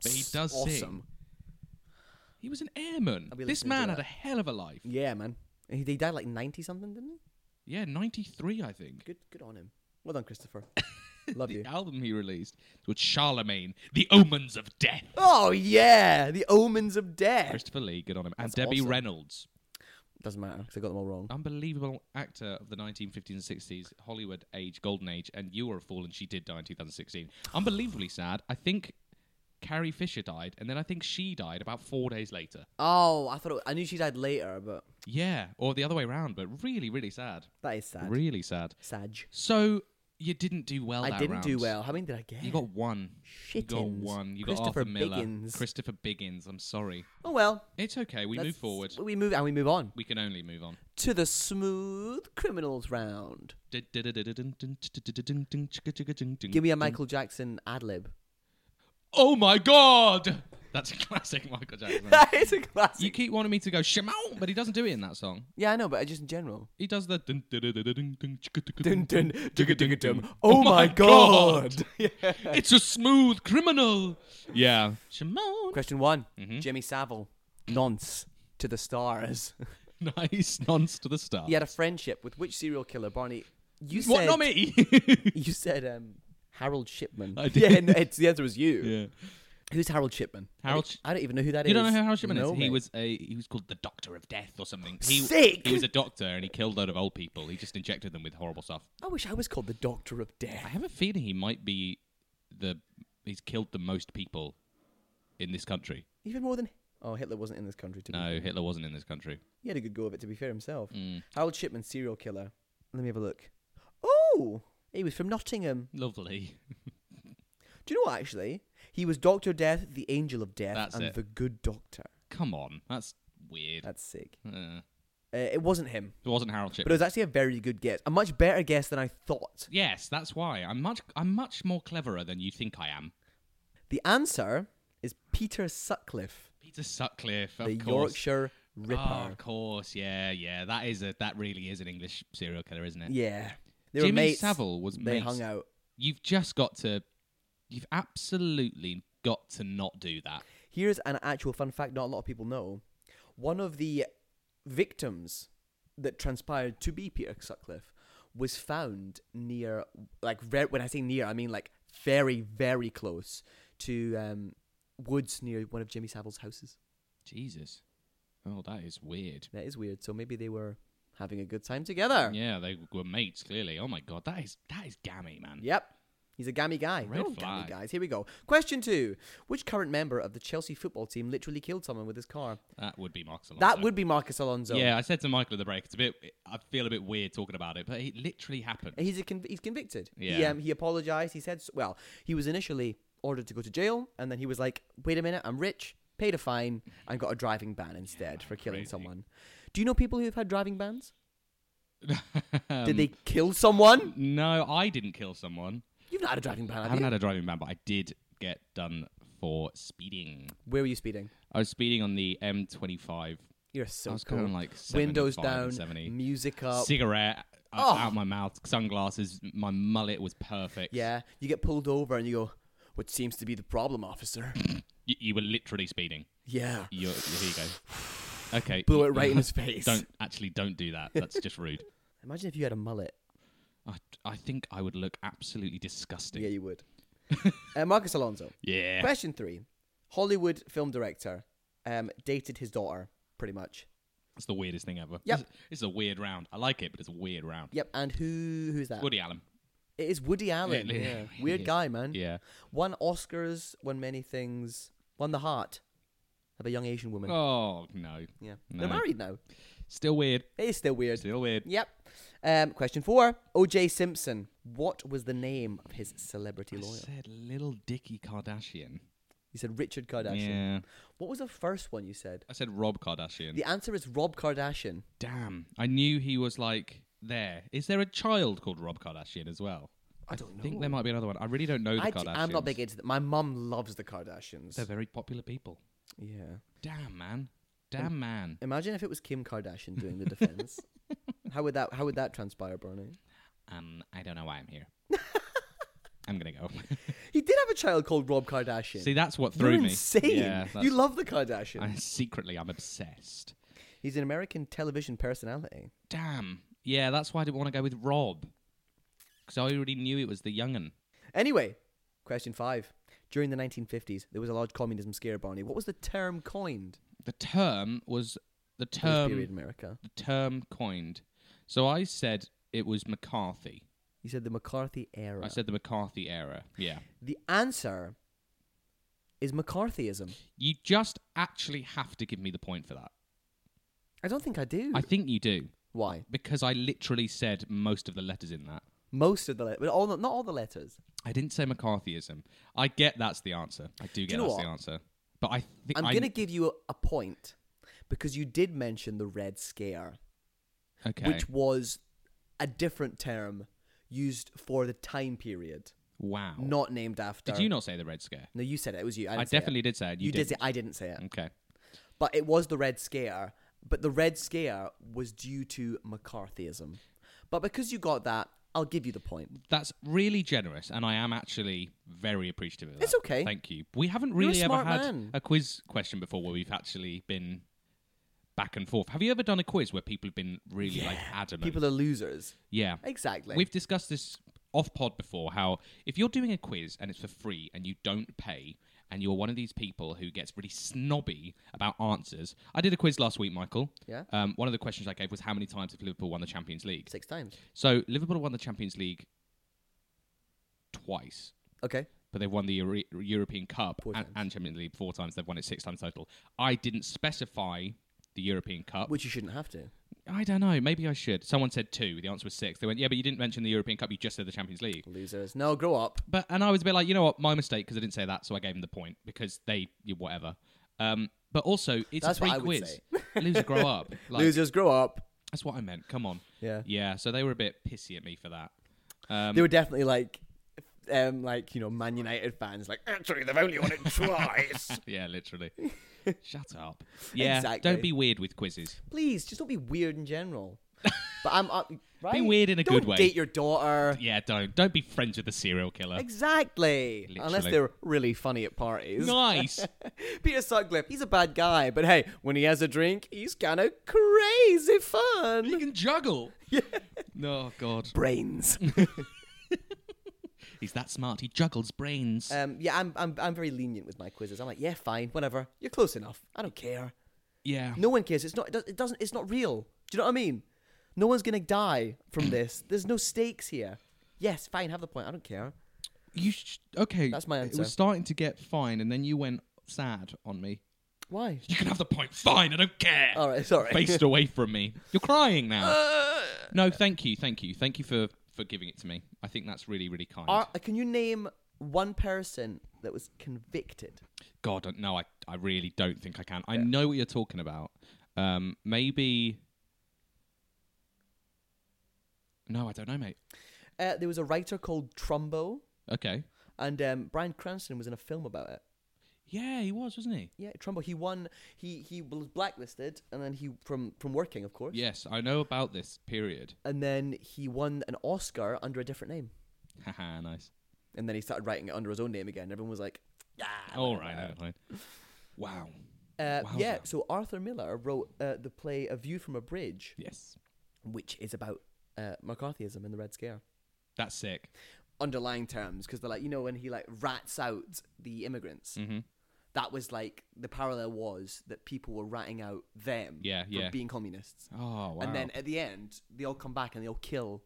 but he does
awesome.
sing. He was an airman.
I'll be
This
listening to
man had
that.
a hell of a life.
Yeah, man. He, he died like ninety something, didn't he?
Yeah, 93, I think.
Good. Good on him. Well done, Christopher. Love
the
you.
album he released was Charlemagne, The Omens of Death.
Oh yeah, the omens of death.
Christopher Lee, good on him. And
That's
Debbie
awesome.
Reynolds.
Doesn't matter because I got them all
Oh.
wrong.
Unbelievable actor of the 1950s and 60s, Hollywood age, golden age, and you were a fool and she did die in 2016. Unbelievably sad. I think Carrie Fisher died, and then I think she died about four days later.
Oh, I thought it, I knew she died later, but
Yeah, or the other way around, but really, really sad.
that is sad.
Really sad.
Sag.
So you didn't do well.
I
that
didn't do
round.
well. How many did I get?
You got one. You got
Shittins.
one. You got
Christopher
Arthur Miller.
Biggins.
Christopher Biggins. I'm sorry.
oh well.
It's okay. We move
That's-
forward.
We move and we move on
We can only move on.
to the smooth criminals round. Give
Give
me a Michael Jackson ad lib.
Oh my god! That's a classic Michael Jackson.
that is a classic.
you keep wanting me to go Shimon, but he doesn't do it in that song.
yeah, I know, but just in general.
He does the.
Dun dun digga digga dum.
Oh
Oh my
my God.
god. Yeah.
It's a smooth criminal. Yeah. Shimon.
Question one.
Mm-hmm.
Jimmy Savile. Nonce to the stars.
Nice. Nonce to the star.
He had a friendship with which serial killer, Barney? You said
What? Not me.
You said um, Harold Shipman.
I did.
Yeah, no, it's, the answer was you.
yeah.
Who's Harold Shipman?
Harold
I don't- I don't even know who that is.
You don't know who Harold Shipman
No,
is? He
mate.
was a he was called the Doctor of Death or something. He,
Sick!
He was a doctor and he killed a load of old people. He just injected them with horrible stuff.
I wish I was called the Doctor of
I
Death.
have a feeling he might be the he's killed the most people in this country.
Even more than Oh, Hitler wasn't in this country, to be
No,
fair.
Hitler wasn't in this country.
He had a good go of it, to be fair, himself.
Mm.
Harold Shipman, serial killer. Let me have a look. Oh, he was from Nottingham.
Lovely.
Do you know what, actually? He was Dr. Death, the Angel of Death,
That's
and
it.
the Good Doctor.
Come on, that's weird.
That's sick. Uh,
Uh,
it wasn't him,
it wasn't Harold
but it
Shipman.
was actually a very good guess. A much better guess than I thought.
Yes, that's why. I'm much I'm much more cleverer than you think I am.
The answer is Peter Sutcliffe,
Peter Sutcliffe, of
the
course.
Yorkshire
Ah,
Ripper.
of course, yeah, yeah. That is a that really is an English serial killer, isn't it?
yeah. They
Jimmy
were mates.
Savile was
they
mates.
hung out.
You've just got to you've absolutely got to not do that.
Here's an actual fun fact not a lot of people know. One of the victims that transpired to be Peter Sutcliffe was found near, like, ver- when I say near, I mean like very, very close to um, woods near one of Jimmy Savile's houses.
Jesus. Oh, that is weird.
That is weird. So maybe they were having a good time together.
Yeah, they were mates clearly. Oh my god, that is that is gammy, man.
Yep. He's a gammy guy.
Red
They're all
flag.
gammy guys. Here we go. Question two. Which current member of the Chelsea football team literally killed someone with his car?
That would be Marcus Alonso.
That would be Marcus Alonso.
Yeah, I said to Michael at the break, it's a bit. I feel a bit weird talking about it, but it literally happened.
He's a conv- he's convicted. He,
Yeah.
um, he apologized. He said, s- well, he was initially ordered to go to jail, and then he was like, wait a minute, I'm rich, paid a fine, and got a driving ban instead for killing
crazy.
someone. Do you know people who've had driving bans?
Um,
Did they kill someone?
No, I didn't kill someone.
You've not had a driving ban,
I
have
haven't
you?
had a driving ban, but I did get done for speeding.
Where were you speeding?
I was speeding on the M25.
You're so
I was
cool.
going like 75,
Windows down,
70.
music up.
cigarette
Oh.
out- out my mouth, sunglasses. My mullet was perfect.
Yeah, you get pulled over and you go, what seems to be the problem, officer?
Y- you were literally speeding.
yeah.
You're, here you go. Okay,
Blew it right in his face.
Don't actually don't do that. That's just rude.
Imagine if you had a mullet.
I, I think I would look absolutely disgusting.
Yeah, you would. uh, Marcus Alonso.
Yeah.
Question three. Hollywood film director um, dated his daughter, pretty much.
It's the weirdest thing ever.
Yep.
This, this is a weird round. I like it, but it's a weird round.
Yep, and who who's that?
Woody Allen.
It is Woody Allen.
It- it
yeah.
really
Weird
is.
guy, man.
Yeah.
Won Oscars, won many things, won the heart of a young Asian woman.
Oh, no.
yeah.
no.
They're married now.
Still weird.
It is still weird.
Still weird.
Yep. Um, question four. OJ Simpson. What was the name of his celebrity
I
lawyer?
said little Dicky Kardashian.
You said Richard Kardashian.
Yeah.
What was the first one you said?
I said Rob Kardashian.
The answer is Rob Kardashian.
Damn. I knew he was like there. Is there a child called Rob Kardashian as well?
I don't
I think there might be another one. I really don't know the
I
Kardashians.
am not big into that. My mum loves the Kardashians.
They're very popular people.
yeah.
Damn,
Mm.
man. Damn, man.
Imagine if it was Kim Kardashian doing the defense. how would that How would that transpire, Bernie?
Um, I don't know why I'm here. I'm going to go.
He did have a child called Rob Kardashian.
See, that's what
You're
threw me.
insane.
Yeah,
you
that's-
love the Kardashians.
I secretly I'm obsessed.
He's an American television personality.
Damn. Yeah, that's why I didn't want to go with Rob. Because I already knew it was the young'un.
Anyway, question five. During the 1950s, there was a large communism scare, Barney. What was the term coined
The term was the
for this
term
period in America?
the term coined. So I said it was McCarthy.
You said the McCarthy era.
I said the McCarthy era. Yeah.
the answer is McCarthyism.
You just actually have to give me the point for that.
I don't think I do.
I think you do
Why?
because I literally said most of the letters in that.
Most of the letters, all not all the letters.
I didn't say McCarthyism. I get that's the answer. I do get
know
that's
what?
the answer. But I think
I'm gonna give you a, a point because you did mention the Red Scare,
okay.
which was a different term used for the time period,
wow.
not named after.
Oh. Did you not say the Red Scare?
No, you said it. It was you. I,
I,
didn't say it.
definitely did say it.
You, did say
didn't.
I didn't say it,
Okay.
but it was the Red Scare. But the Red Scare was due to McCarthyism. But because you got that, I'll give you the point.
That's really generous, and I am actually very appreciative of that.
It's okay.
Thank you. We haven't
a
really ever
smart
had
man.
a quiz question before where we've actually been back and forth. Have you ever done a quiz where people have been really like adamant?
People are losers.
yeah.
Exactly.
We've discussed this off pod before how if you're doing a quiz and it's for free and you don't pay and you're one of these people who gets really snobby about answers. I did a quiz last week, Michael.
Yeah.
Um, one of the questions I gave was how many times have Liverpool won the Champions League?
six times.
So Liverpool won the Champions League twice.
Okay.
but they've won the Euro- European Cup
Four
and,
times.
and Champions League four times. They've won it six times total. I didn't specify the European Cup.
Which you shouldn't have to.
I don't know. Maybe I should. Someone said two. The answer was six. They went, yeah, but you didn't mention the European Cup. You just said the Champions League.
Losers. No, grow up.
But and I was a bit like, you know what, my mistake because I didn't say that, so I gave them the point because they yeah, whatever. Um, but also, it's
That's
a free
what I would
quiz. Loser grow up. Like,
Losers, grow up.
That's what I meant. Come on.
Yeah.
Yeah. So they were a bit pissy at me for that. Um,
They were definitely like, um, like you know, Man United fans. Like,
Actually, they've only won it twice.
yeah, literally. Shut up. Yeah.
Exactly.
Don't be weird with quizzes.
please, just don't be weird in general. but I'm up. Right?
weird in a
Don't
good way.
Date your daughter.
Yeah. Don't. Don't be friends with the serial killer.
Exactly. Unless
Literally.
they're really funny at parties.
Nice.
Peter Sutcliffe, he's a bad guy, but hey, when he has a drink, he's kind of crazy
you
fun.
can juggle. Yeah. Oh God.
Brains.
He's that smart. He juggles brains.
um, yeah, I'm, I'm, I'm very lenient with my quizzes. I'm like, yeah, fine, whatever. You're close enough. I don't care.
yeah.
No one cares. It's not. It does- it doesn't. It's not real. Do you know what I mean? No one's gonna die from this. There's no stakes here. Yes, fine. Have the point. I don't care.
You sh- okay?
That's my
It
answer.
was starting to get fine, and then you went sad on me.
Why?
You can have the point. Fine, I don't care.
All right. Uh. Sorry.
Faced away from me. You're crying now. no, thank you, thank you, thank you for for giving it to me. I think that's really, really kind.
Are, can you name one person that was convicted?
God, I- no, I I really don't think I can. I know what you're talking about. Um, maybe. No, I don't know, mate.
Uh, there was a writer called Trumbo,
Okay.
and um, Brian Cranston was in a film about it.
Yeah, he was, wasn't he?
Yeah, Trumbo. He won. He he was blacklisted, and then he from from working, of course.
Yes, I know about this period.
And then he won an Oscar under a different name,
Haha, nice.
and then he started writing it under his own name again. Everyone was like, "Ah."
All right, never mind. Wow.
Uh, yeah,
Wowza.
so Arthur Miller wrote uh, the play A View from a Bridge,
Yes.
which is about uh, McCarthyism and the Red Scare.
That's sick.
Underlying terms, because they're like, you know, when he like rats out the immigrants,
Mm. Mm-hmm.
that was like the parallel was that people were ratting out them
Yeah,
for
yeah.
being communists.
Oh, wow.
And then at the end, they all come back and they all kill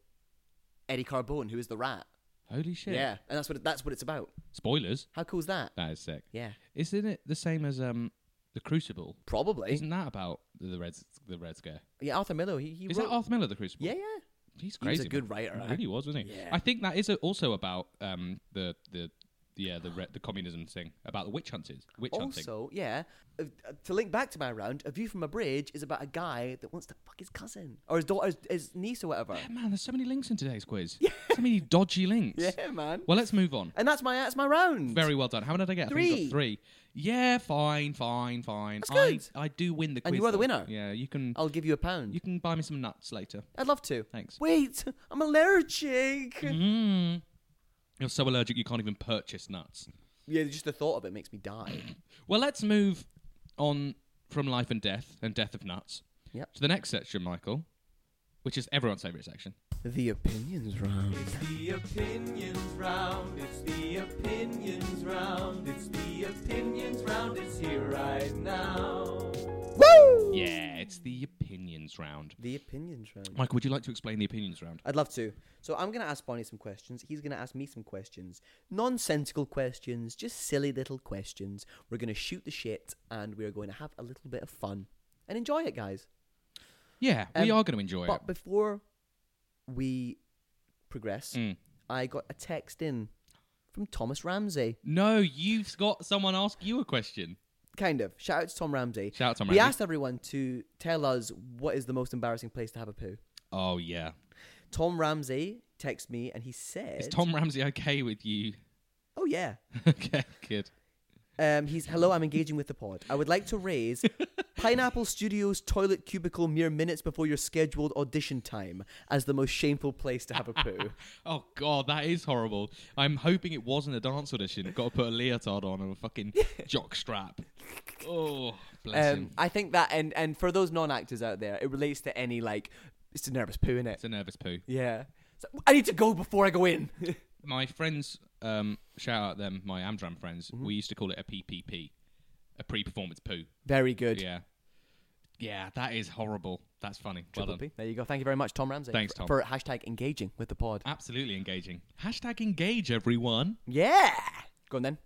Eddie Carbone, who is the rat.
Holy shit. Uh,
Yeah, and that's what it, that's what it's about.
Spoilers.
How cool is that?
That is sick.
Yeah,
Isn't it the same as um the Crucible?
probably.
Isn't that about the Red the Red Scare?
Yeah, Arthur Miller. He, he
Is
wrote.
that Arthur Miller the Crucible?
yeah, yeah.
he's
He was
crazy.
a good
man.
writer,
He
eh?
really was, wasn't he?
Yeah.
I think that is also about um the the yeah the re- the communism thing about the witch hunters. Witch hunting.
Also, yeah, uh, uh, to link back to my round, A View from a Bridge is about a guy that wants to fuck his cousin or his daughter, his, his niece or whatever.
Yeah, man, there's so many links in today's quiz. So many dodgy links.
Yeah, man.
Well, let's move on.
And that's my that's my round.
Very well done. How many did I get? I think I
Three.
got three. Yeah, fine, fine, fine.
That's good.
I, I do win the quiz.
And you are the
though.
winner.
Yeah, you can
I'll give you a pound.
you can buy me some nuts later.
I'd love to.
Thanks.
Wait, I'm allergic.
Mm. You're so allergic you can't even purchase nuts.
Yeah, just the thought of it makes me die.
Well, let's move on from life and death and death of nuts
Yep.
to the next section, Michael, which is everyone's favorite section.
the opinions round.
The opinions round, it's the opinions round, it's the opinions round, it's here right now.
Woo!
Yeah, it's the opinions round.
The opinions round.
Michael, would you like to explain the opinions round?
I'd love to. So I'm gonna ask Bonnie some questions. He's gonna ask me some questions. Nonsensical questions, just silly little questions. We're gonna shoot the shit, and we're going to have a little bit of fun and enjoy it, guys.
Oh, Yeah, we
Um,
are going to enjoy it.
But before we progress,
Mm.
I got a text in from Thomas Ramsey.
No, you've got someone ask you a question.
Kind of. Shout out to Tom Ramsey.
Shout out to Tom
We
Ramsey.
asked everyone to tell us what is the most embarrassing place to have a poo.
Oh yeah,
Tom Ramsey texted me and he said,
is Tom Ramsey okay with you?
Oh, yeah.
okay, good.
Um, he's hello. I'm engaging with the pod. I would like to raise Pineapple Studios toilet cubicle mere minutes before your scheduled audition time as the most shameful place to have a poo.
Oh god, that is horrible. I'm hoping it wasn't a dance audition. Got to put a leotard on and a fucking jock strap. Oh, bless
um,
him.
I think that, and and for those non-actors out there, it relates to any like it's a nervous poo in it.
It's a nervous poo.
Yeah, So, I need to go before I go in.
My friends, um, shout out them, my Amdram friends.
Mm-hmm.
We used to call it a PPP, a pre-performance poo.
Very good.
Yeah, yeah, that is horrible. That's funny.
Triple
well done.
P. There you go. Thank you very much, Tom Ramsey.
Thanks,
for,
Tom.
for hashtag engaging with the pod.
Absolutely engaging. Hashtag engage everyone.
Yeah. Go on then.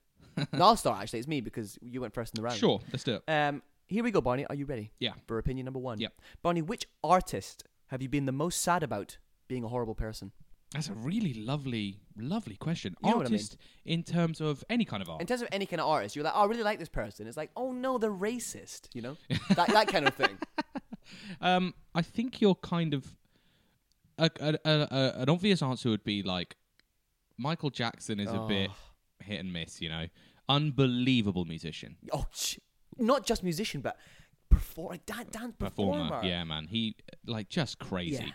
no, I'll start actually. It's me because you went first in the round.
Sure, let's do it.
Um, here we go, Bonnie. Are you ready?
Yeah.
For opinion number one.
Yep.
Bonnie, which artist have you been the most sad about being a horrible person?
That's a really lovely, lovely question.
You know what I mean.
Artist in terms of any kind of art.
In terms of any kind of artist, you're like, oh, I really like this person. It's like, oh no, they're racist. You know, that that kind of thing.
Um, I think you're kind of a, a, a, a, an obvious answer would be like Michael Jackson is a bit hit and miss, you know. Unbelievable musician,
Oh, sh- not just musician, but perform like dan- dance performer.
performer. Yeah, man. He like just crazy,
Yeah.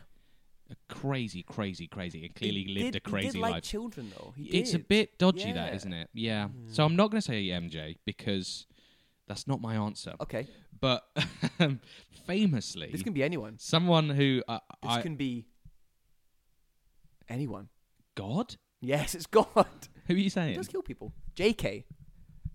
A crazy, crazy, crazy, and
He
clearly lived
did-
a crazy
he did
life.
Like children, though. He
it's a
did.
bit dodgy,
Yeah.
that isn't it? Yeah. So I'm not going to say MJ because that's not my answer.
Okay,
But um, famously,
Oh. this can be anyone.
someone who uh,
This
I
can be anyone.
God.
Yes, it's God.
Who are you
It
saying?
does kill people. J.K.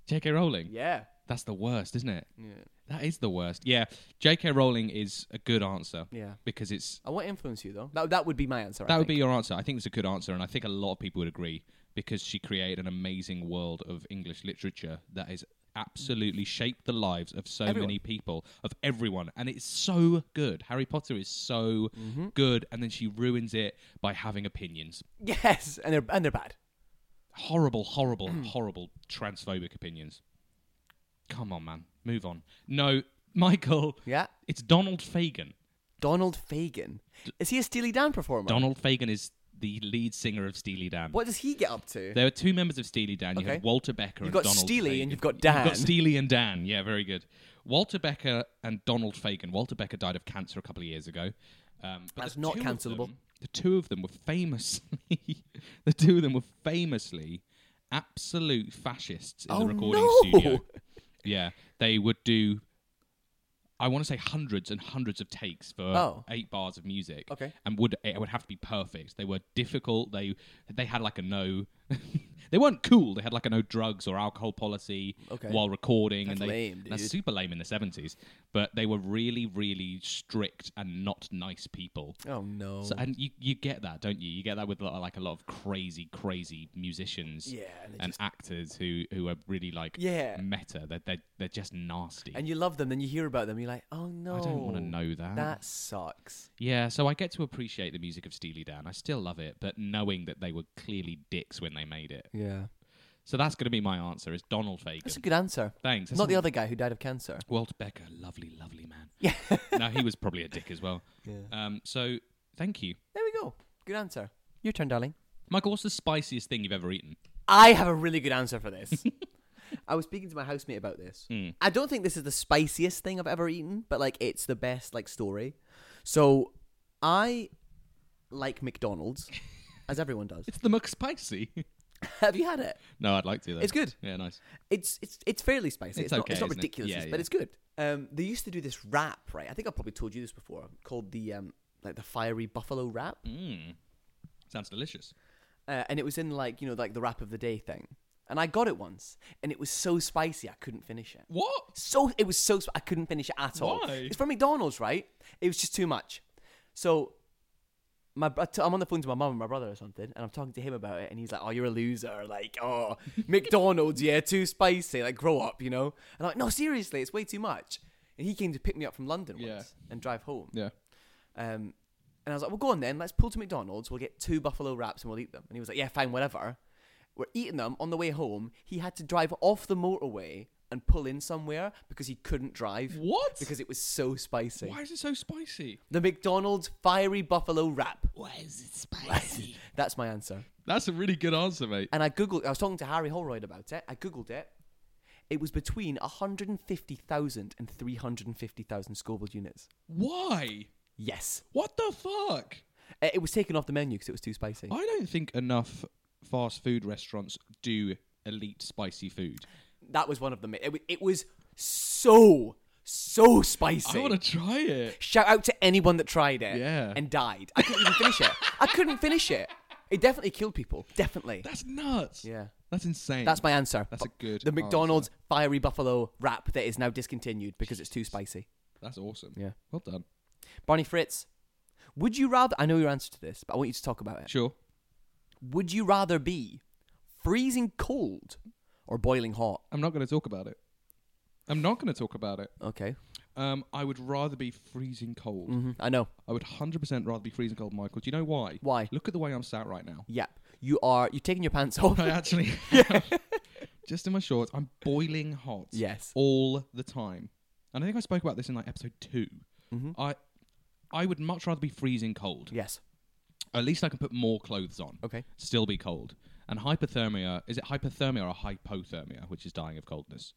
J.K. Rowling.
Yeah.
That's the worst, isn't it?
Yeah.
That is the worst. Yeah, J.K. Rowling is a good answer.
Yeah.
because it's
I won't influence you though. That that would be my answer.
that
I
would be
think.
your answer. I think it's a good answer, and I think a lot of people would agree because she created an amazing world of English literature that has absolutely shaped the lives of so
Everyone.
many people, of everyone, and it's so good. Harry Potter is so
Mm-hmm.
good, and then she ruins it by having opinions.
yes, and they're and they're bad.
horrible, horrible, horrible transphobic opinions. Come on, man. Move on. No, Michael.
Yeah.
It's Donald Fagan.
Donald Fagan. Is he a Steely Dan performer?
Donald Fagan is the lead singer of Steely Dan.
What does he get up to?
There are two members of Steely Dan. You
Okay.
have Walter Becker
You've got
and Donald
Steely
Fagan.
and you've got
You've
Dan.
got Steely and Dan. Yeah, very good. Walter Becker and Donald Fagan. Walter Becker died of cancer a couple of years ago. Um, but
That's
the
not
two of
cancelable.
them- the two of them were famously, the two of them were famously absolute fascists in
Oh,
the recording
no!
studio. Yeah, they would do. I want to say hundreds and hundreds of takes for
Oh.
eight bars of music.
Okay.
and would it would have to be perfect. They were difficult. They they had like a no. they weren't cool. They had like a no drugs or alcohol policy
Okay.
while recording,
That's
and they
lame,
that's
dude.
super lame in the seventies. But they were really really strict and not nice people.
oh no.
So, and you, you get that, don't you? You get that with lo- like a lot of crazy, crazy musicians
Yeah, and they
and
just-
actors who, who are really like
Yeah.
meta. They're, they're, they're just nasty.
and you love them, then you hear about them, you're like, oh no.
I don't want to know that.
That sucks.
Yeah, so I get to appreciate the music of Steely Dan. I still love it, but knowing that they were clearly dicks when they made it.
Yeah.
So that's going to be my answer is Donald Fagan.
That's a good answer.
Thanks. That's
Not the
a-
other guy who died of cancer.
Walt Becker, lovely, lovely man.
Yeah.
no, he was probably a dick as well.
Yeah.
Um, so thank you.
There we go. Good answer. Your turn, darling.
Michael, what's the spiciest thing you've ever eaten?
I have a really good answer for this. I was speaking to my housemate about this.
Hmm.
I don't think this is the spiciest thing I've ever eaten, but like it's the best like story. So I like McDonald's, as everyone does.
It's the McSpicy.
have you had it?
no, I'd like to, though.
It's good.
Yeah, nice.
It's it's it's fairly spicy. It's,
It's
not
okay,
it's not
isn't it?
ridiculous,
Yeah,
but
yeah.
it's good. Um, they used to do this wrap, right? I think I probably told you this before, called the um like the fiery buffalo wrap,
Mm. Sounds delicious.
uh, and it was in like you know like the wrap of the day thing. And I got it once, and it was so spicy I couldn't finish it.
What?
so it was so sp- I couldn't finish it at all.
Why?
It's from McDonald's, right? It was just too much. So my bro- I'm on the phone to my mum and my brother or something, and I'm talking to him about it, and he's like, "Oh, you're a loser! Like, oh, McDonald's, yeah, too spicy. Like, grow up, you know." And I'm like, "No, seriously, it's way too much." And he came to pick me up from London
Yeah.
once and drive home.
Yeah.
Um, and I was like, well, go on then. Let's pull to McDonald's. We'll get two buffalo wraps and we'll eat them. And he was like, yeah, fine, whatever. We're eating them on the way home. He had to drive off the motorway and pull in somewhere because he couldn't drive.
What?
Because it was so spicy.
Why is it so spicy?
The McDonald's fiery buffalo wrap.
Why is it spicy?
That's my answer.
That's a really good answer, mate.
And I Googled, I was talking to Harry Holroyd about it. I Googled it. It was between 150,000 and 350,000 Scoville units.
Why?
Yes.
What the fuck?
Uh, It was taken off the menu because it was too spicy.
I don't think enough fast food restaurants do elite spicy food.
That was one of them. It, wa- it was so so
I
spicy.
want to try it.
Shout out to anyone that tried it
Yeah.
and died. I couldn't even finish it. I couldn't finish it. It definitely killed people. Definitely.
That's nuts.
Yeah.
That's insane.
That's my answer.
That's a
Bu-
good
The McDonald's fiery buffalo wrap that is now discontinued because it's too spicy.
That's awesome.
Yeah.
Well done.
Barney Fritz, would you rather? I know your answer to this, but I want you to talk about it.
Sure.
Would you rather be freezing cold or boiling hot?
I'm not going to talk about it. I'm not going to talk about it.
Okay.
Um, I would rather be freezing cold.
hmm I know.
I would 100% rather be freezing cold, Michael. Do you know why?
Why?
Look at the way I'm sat right now.
Yep. You are. You're taking your pants off.
I actually, just in my shorts, I'm boiling hot.
Yes.
all the time. And I think I spoke about this in like episode 2
Mm-hmm.
I I would much rather be freezing cold.
Yes.
At least I can put more clothes on.
Okay.
Still be cold. And hypothermia is it hypothermia or hypothermia, which is dying of coldness?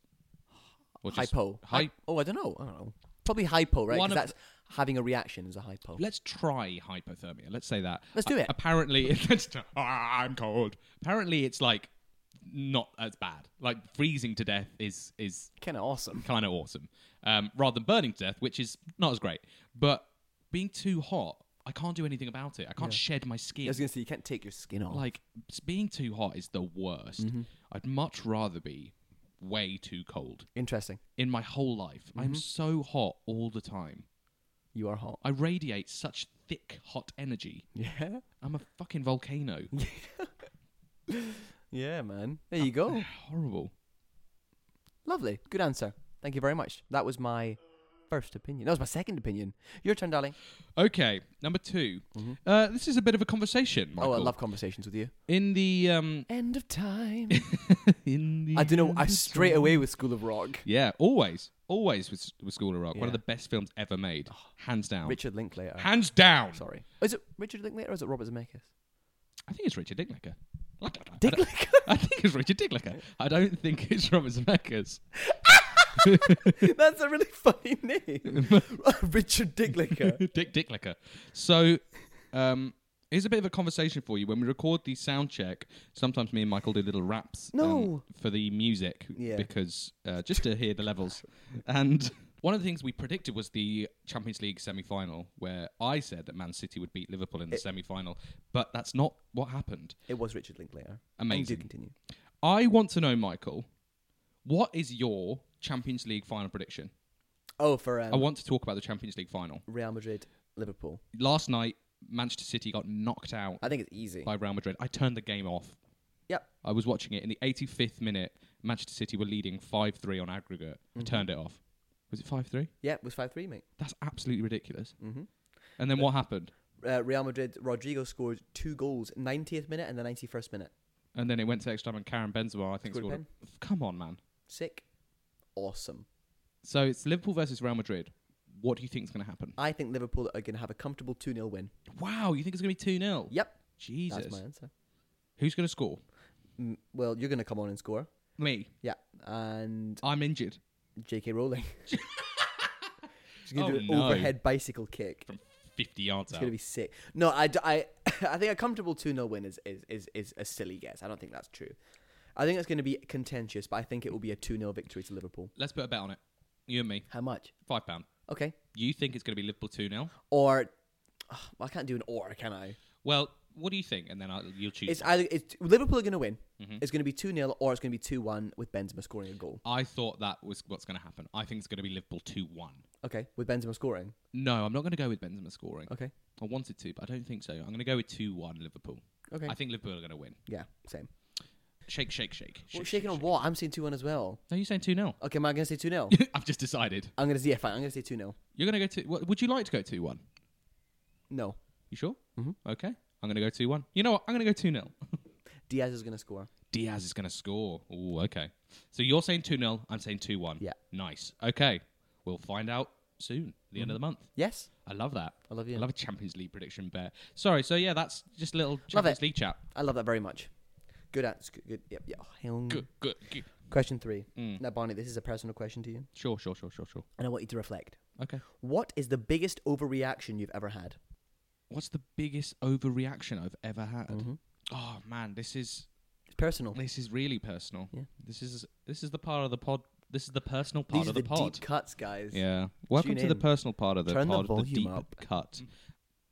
Or just-
Hypo.
Hy-
oh, I don't know. I don't know. Probably hypo, right?
One
'Cause
of
that's having a reaction is a hypo.
Let's try hypothermia. Let's say that.
Let's do
A-
it.
apparently, it's, ah, I'm cold. Apparently, it's like not as bad. Like freezing to death is is
Kind of awesome.
kind of awesome. Um, rather than burning to death, which is not as great. But being too hot, I can't do anything about it. I can't shed my
I
skin.
was gonna say you can't take your skin off.
Like s- being too hot is the worst.
Mm-hmm.
I'd much rather be way too cold.
Interesting.
In my whole life,
Mm-hmm.
I'm so hot all the time.
You are hot.
I radiate such thick hot energy.
Yeah.
I'm a fucking volcano.
Yeah, man. There you go.
Horrible.
Lovely. Good answer. Thank you very much. That was my first opinion. That was my second opinion. Your turn, darling. Oh,
Okay, number 2 Uh, this is a bit of a conversation. Michael.
Mm-hmm. Oh, I love conversations with you.
in the um,
End of time.
in the
I don't know. I straight away with School of Rock.
Yeah, always, always with, with School of Rock. One
Yeah. Oh,
of the best films ever made, hands down.
Richard Linklater.
hands down.
Sorry. Is it Richard Linklater or is it Robert Zemeckis?
I think it's Richard Dicklicker. I don't know. I don't-
Dick
I think it's Richard Dicklicker. I don't think it's Robert Zemeckis.
That's a really funny name. Richard Dicklicker.
Dick Dicklicker. So, um, here's a bit of a conversation for you. When we record the sound check, sometimes me and Michael do little raps. um,
No.
for the music
Yeah.
because uh, just to hear the levels. And one of the things we predicted was the Champions League semi-final, where I said that Man City would beat Liverpool in the semi-final, but that's not what happened.
It was Richard Linklater. And do
Amazing.
continue.
I want to know, Michael, what is your Champions League final prediction?
Oh, for
I
um,
want to talk about the Champions League final.
Real Madrid, Liverpool.
Last night, Manchester City got knocked out
I think it's easy.
by Real Madrid. I turned the game off.
Yep.
I was watching it in the 85th minute. Manchester City were leading 5-3 on aggregate. I turned it off. Was it 5-3?
Yep, Mm-hmm. it was 5 3, mate.
That's absolutely ridiculous.
Mhm.
And then what happened?
Uh, Real Madrid, Rodrigo scored two goals, 90th minute and the 91st minute.
And then it went to extra time, and Karen Benzema, I think,
Scored a
scored. a- Come on, man.
Sick. Awesome.
So it's Liverpool versus Real Madrid. What do you think is going to happen?
I think Liverpool are going to have a comfortable 2 0 win.
Wow, you think it's going to be 2 0?
Yep.
Jesus.
That's my answer.
Who's going to score?
Mm, well, you're going to come on and score.
Me.
Yeah. And
I'm injured.
J.K. Rowling. She's going
Oh,
to do an
no.
overhead bicycle kick.
50 yards
It's
out.
going to be sick. No, I, d- I, I think a comfortable 2 0 win is, is, is, is a silly guess. I don't think that's true. I think it's going to be contentious, but I think it will be a 2 0 victory to Liverpool.
Let's put a bet on it. You and me.
How much?
Five pound.
Okay.
You think it's going to be Liverpool 2 0?
Or. ugh, I can't do an or, can I?
Well, what do you think? And then I'll, you'll choose.
It's either it's, Liverpool are going to win. It's going to be 2 0 or it's going to be 2 1 with Benzema scoring a goal.
I thought that was what's going to happen. I think it's going to be Liverpool 2 1.
Okay, with Benzema scoring.
No, I'm not going to go with Benzema scoring.
Okay.
I wanted to, but I don't think so. I'm going to go with 2 1 Liverpool.
Okay.
I think Liverpool are going to win.
yeah, same.
Shake, shake, shake.
Well,
shake,
shaking on what? I'm seeing 2 1 as well.
No, you're saying 2 0.
Okay, am I going to say 2 0?
I've just decided.
I'm going to say, yeah, fine. I'm going to say 2 0.
You're going to go to. What, would you like to go 2 1?
No.
You sure? Mm-hmm. Okay. I'm going to go 2 1. You know what? I'm going to go 2 0.
Diaz is going to score.
Diaz is going to score. Ooh, okay. So you're saying 2 0. I'm saying 2 1.
Yeah.
Nice. Okay. We'll find out soon, the end of the
Mm-hmm.
month.
Yes?
I love that.
I love you.
I love a Champions League prediction bear. Sorry. So yeah, that's just a little
Love
Champions
it.
League chat.
I love that very much. Good at good. good yep, yep. Hang on.
Good, good, good. Mm.
Question three. Now, Barney, this is a personal question to you,
Sure, sure, sure, sure, sure.
and I want you to reflect.
Okay.
What is the biggest overreaction you've ever had?
What's the biggest overreaction I've ever had?
Mm-hmm.
Oh man, this is
It's personal.
this is really personal.
Oh. Yeah.
This is this is the part of the pod. This is the personal part
These are
of
the
the, pod.
deep cuts, guys.
Yeah. Welcome
Tune
to the
in.
personal part of the
Turn the
pod, the,
volume
deep
up. Mm.
cut.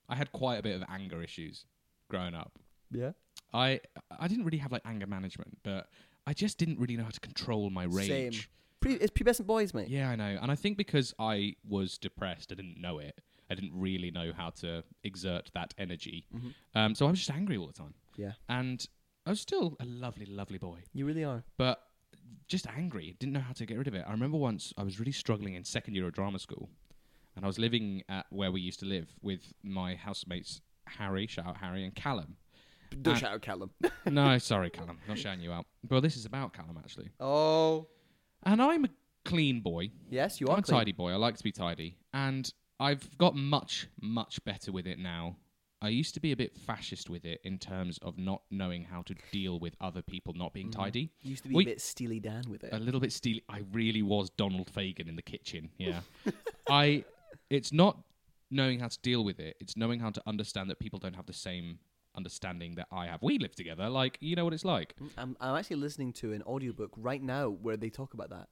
I had quite a bit of anger issues growing up.
Yeah.
I I didn't really have like anger management, but I just didn't really know how to control my rage.
Same. Pre- it's pubescent boys, mate.
Yeah, I know. And I think because I was depressed, I didn't know it. I didn't really know how to exert that energy. Um, so I was just angry all the time.
Mm-hmm. Yeah.
And I was still a lovely, lovely boy.
You really are.
But just angry. Didn't know how to get rid of it. I remember once I was really struggling in second year of drama school, and I was living at where we used to live with my housemates Harry, shout out Harry, and Callum.
Don't shout out Callum.
no, sorry, Callum, not shouting you out. Well, this is about Callum actually,
oh,
and I'm a clean boy.
yes, you
I'm
are
a
clean.
tidy boy. I like to be tidy, and I've got much, much better with it now. I used to be a bit fascist with it in terms of not knowing how to deal with other people not being
Mm-hmm.
tidy.
You Used to be
We-
a bit steely Dan with it.
a little bit steely. I really was Donald Fagan in the kitchen. Yeah, I. It's not knowing how to deal with it. It's knowing how to understand that people don't have the same understanding that I have. We live together. Like you know what it's like.
I'm, I'm actually listening to an audiobook right now where they talk about that.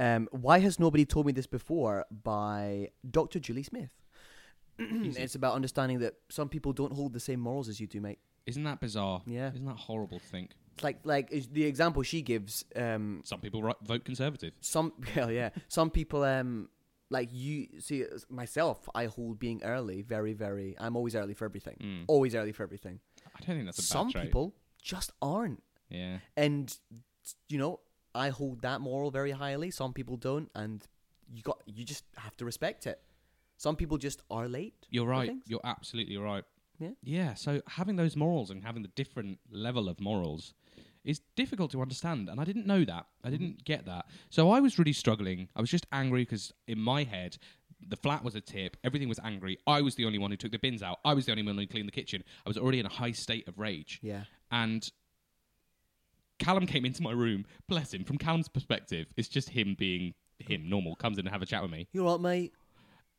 Um, Why Has Nobody Told Me This Before by Dr. Julie Smith. it's about understanding that some people don't hold the same morals as you do, mate.
Isn't that bizarre?
Yeah.
Isn't that horrible? to Think
It's like like is- the example she gives. Um,
some people ri- vote conservative.
some hell yeah, some people um like you see it's myself. I hold being early very very. I'm always early for everything. Always early for everything.
Hmm. I don't think Mm. that's a
some
bad trait.
people just aren't.
Yeah.
and you know i hold that moral very highly some people don't and you got you just have to respect it some people just are late
You're
for
right.
things.
You're absolutely right.
Yeah.
Yeah. So having those morals and having the different level of morals is difficult to understand, and I didn't know that.
Mm-hmm.
I didn't get that. So I was really struggling. I was just angry because in my head. The flat was a tip. Everything was angry. I was the only one who took the bins out. I was the only one who cleaned the kitchen. I was already in a high state of rage.
yeah
And Callum came into my room. Bless him. From Callum's perspective, it's just him being him, normal. Comes in and have a chat with me,
you're right mate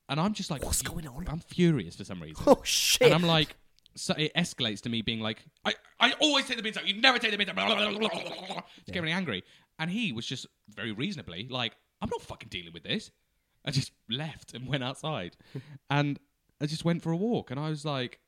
and I'm just like,
What's going on?
I'm furious for some reason.
oh shit
And I'm like, so it escalates to me being like, I, I always take the bins out. You never take the bins out. It's getting really angry. And he was just very reasonably like, I'm not fucking dealing with this. I just left and went outside. and I just went for a walk. And I was like,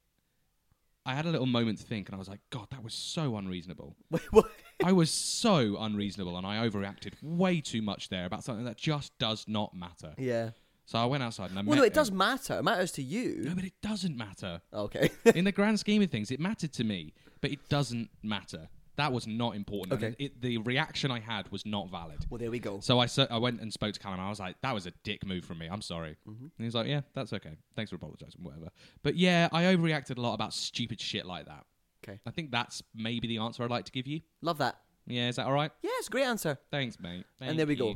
I had a little moment to think. And I was like, God, that was so unreasonable.
Wait, what?
I was so unreasonable. And I overreacted way too much there about something that just does not matter.
yeah
So I went outside and I
well
met
no
him.
it does matter it matters to
No,
you
but it doesn't matter
okay
in the grand scheme of things, it mattered to me, but it doesn't matter. That was not important.
Okay.
And It, the reaction I had was not valid.
well there we go
So I, so I went and spoke to Callum. I was like, that was a dick move from me. I'm sorry.
Mm-hmm.
And he was like, yeah, that's okay. Thanks for apologizing, whatever. But yeah, I overreacted a lot about stupid shit like that.
okay
I think that's maybe the answer I'd like to give you.
love that
Yeah, is that all right?
yes great answer
Thanks, mate. Thank
and there we go
you.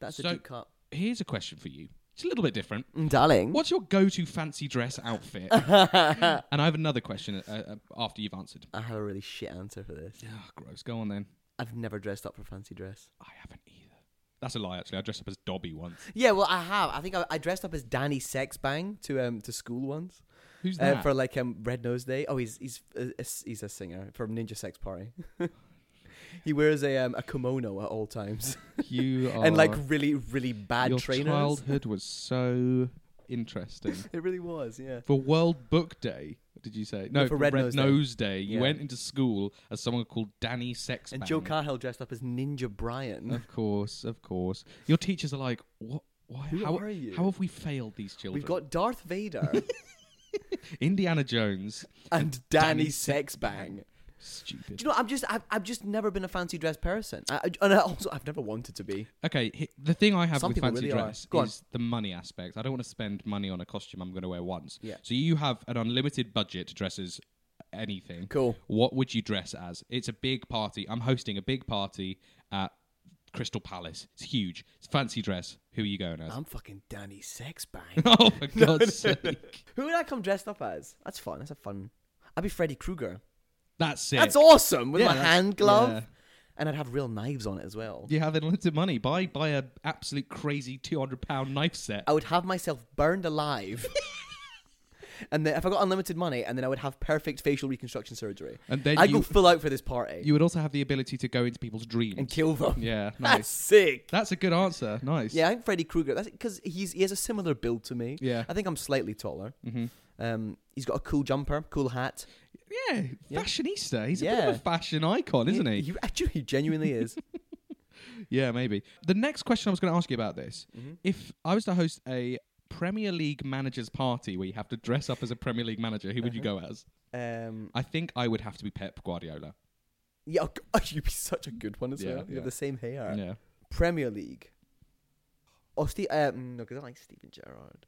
that's a
So-
deep cut
Here's a question for you. It's a little bit different.
Mm, darling
What's your go-to fancy dress outfit? and I have another question uh, uh, after you've answered.
i have a really shit answer for this
Ah, gross. Go on then.
i've never dressed up for fancy dress
I haven't either. That's a lie, actually. I dressed up as Dobby once.
yeah well i have i think i, I dressed up as danny sexbang to um to school once
Who's that?
uh, for like um Red Nose Day. Oh, he's he's a- a s- he's a singer from Ninja Sex Party. he wears a um, a kimono at all times
you are
and like really really bad
Oh. your
trainers.
childhood was so interesting.
It really was, yeah.
for World Book Day, did you say? No,
for Red Nose Day.
Day, you
Yeah.
went into school as someone called Danny Sexbang.
And Joe Cahill dressed up as Ninja Brian.
Of course, of course. Your teachers are like, what? Why,
Who
how,
are you?"
How have we failed these children?
We've got Darth Vader
Indiana Jones.
and Danny, Sexbang.
Stupid.
Do you know? I'm just I've, I've just never been a fancy dress person, I, I- and I also I've never wanted to be.
Okay, hi- the thing I have
Some
with
people
fancy
really are.
dress
Go on.
is the money aspect. I don't want to spend money on a costume I'm going to wear once.
Yeah.
So you have an unlimited budget to dress as anything.
Cool.
What would you dress as? It's a big party. I'm hosting a big party at Crystal Palace. It's huge. It's fancy dress. Who are you going as?
I'm fucking Danny Sexbang.
oh, for God's sake.
Who would I come dressed up as? That's fun. That's a fun. I'd be Freddy Krueger.
That's it.
That's awesome with
Yeah,
my
that's-
hand glove,
yeah.
and I'd have real knives on it as well.
You have unlimited money. Buy, buy a absolute crazy £200 knife set.
I would have myself burned alive, and then if I got unlimited money, and then I would have perfect facial reconstruction surgery,
And then
I
you-
go full out for this party
You would also have the ability to go into people's dreams.
and kill them.
yeah,
that's
nice.
sick.
That's a good answer. Nice.
Yeah, I think Freddy Krueger. That's because he's he has a similar build to me.
Yeah.
I think I'm slightly taller.
Mm-hmm.
Um, he's got a cool jumper, cool hat.
Yeah,
Yeah.
fashionista. He's a bit of
Yeah.
a fashion icon, isn't he?
He actually he genuinely is.
Yeah, maybe. The next question I was going to ask you about this: if I was to host a Premier League managers party where you have to dress
Uh-huh.
up as a Premier League manager, who would you go as?
Um,
I think I would have to be Pep Guardiola.
Yeah, oh, God, you'd be such a good one as
Yeah,
well. You
yeah.
have the same hair.
Yeah.
Premier League. Oh, Steve. Um, no, because I like Steven Gerrard.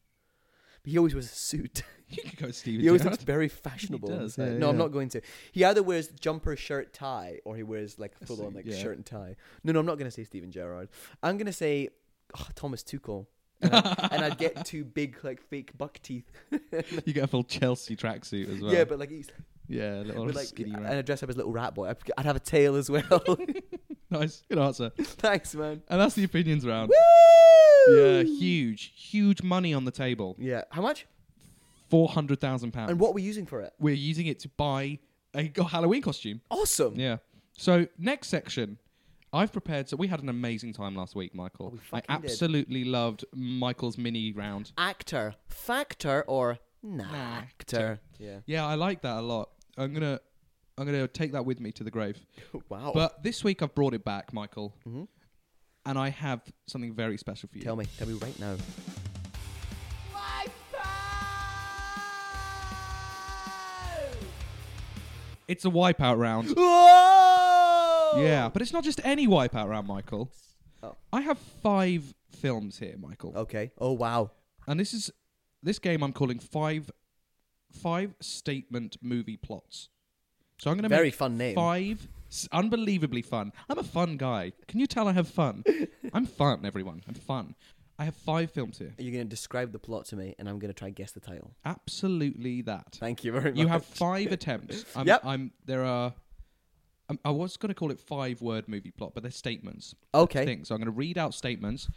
But he always wears a suit.
You could go Steven
he always
Gerrard.
looks very fashionable. on the
does,
side.
yeah,
no, I'm
yeah.
not going to. He either wears jumper, shirt, tie, or he wears like
A
full on
suit,
like
yeah.
shirt and tie. No, no, I'm not going to say Steven Gerrard. I'm going to say oh, Thomas Tuchel. And I- and I'd get two big like fake buck teeth.
You get a full Chelsea tracksuit as well.
Yeah, but like he's
yeah, a little
with, like
skinny.
and
rat.
I dress up as little rat boy. I'd, I'd have a tail as well.
nice, good answer.
Thanks, man.
And that's the opinions round.
Woo!
Yeah, huge, huge money on the table.
Yeah. How much?
Four hundred thousand pounds.
And what were we using for it?
we're using it to buy a go- Halloween costume.
Awesome.
Yeah. So next section, I've prepared. So we had an amazing time last week, Michael.
we
I
fucking did.
absolutely loved Michael's mini round.
Actor, factor, or actor? Yeah.
Yeah, I like that a lot. I'm gonna, I'm gonna take that with me to the grave.
Wow.
But this week I've brought it back, Michael, and I have something very special for you.
Mm-hmm. tell me, tell me right now.
It's a wipeout round.
Whoa!
yeah, but it's not just any wipeout round, Michael.
Oh.
I have five films here, Michael.
Okay. Oh wow.
and this is this game I'm calling five five statement movie plots. So I'm going to
Very
make
fun name.
five s- unbelievably fun. I'm a fun guy. Can you tell I have fun? I'm fun, everyone. I'm fun. I have five films here.
You're gonna describe the plot to me, and I'm gonna try and guess the title.
Absolutely that.
Thank you very much.
You have five attempts. I'm,
Yep.
I'm there are. I'm, I was going to call it five word movie plot, but they're statements.
Okay.
Thing. So I'm going to read out statements,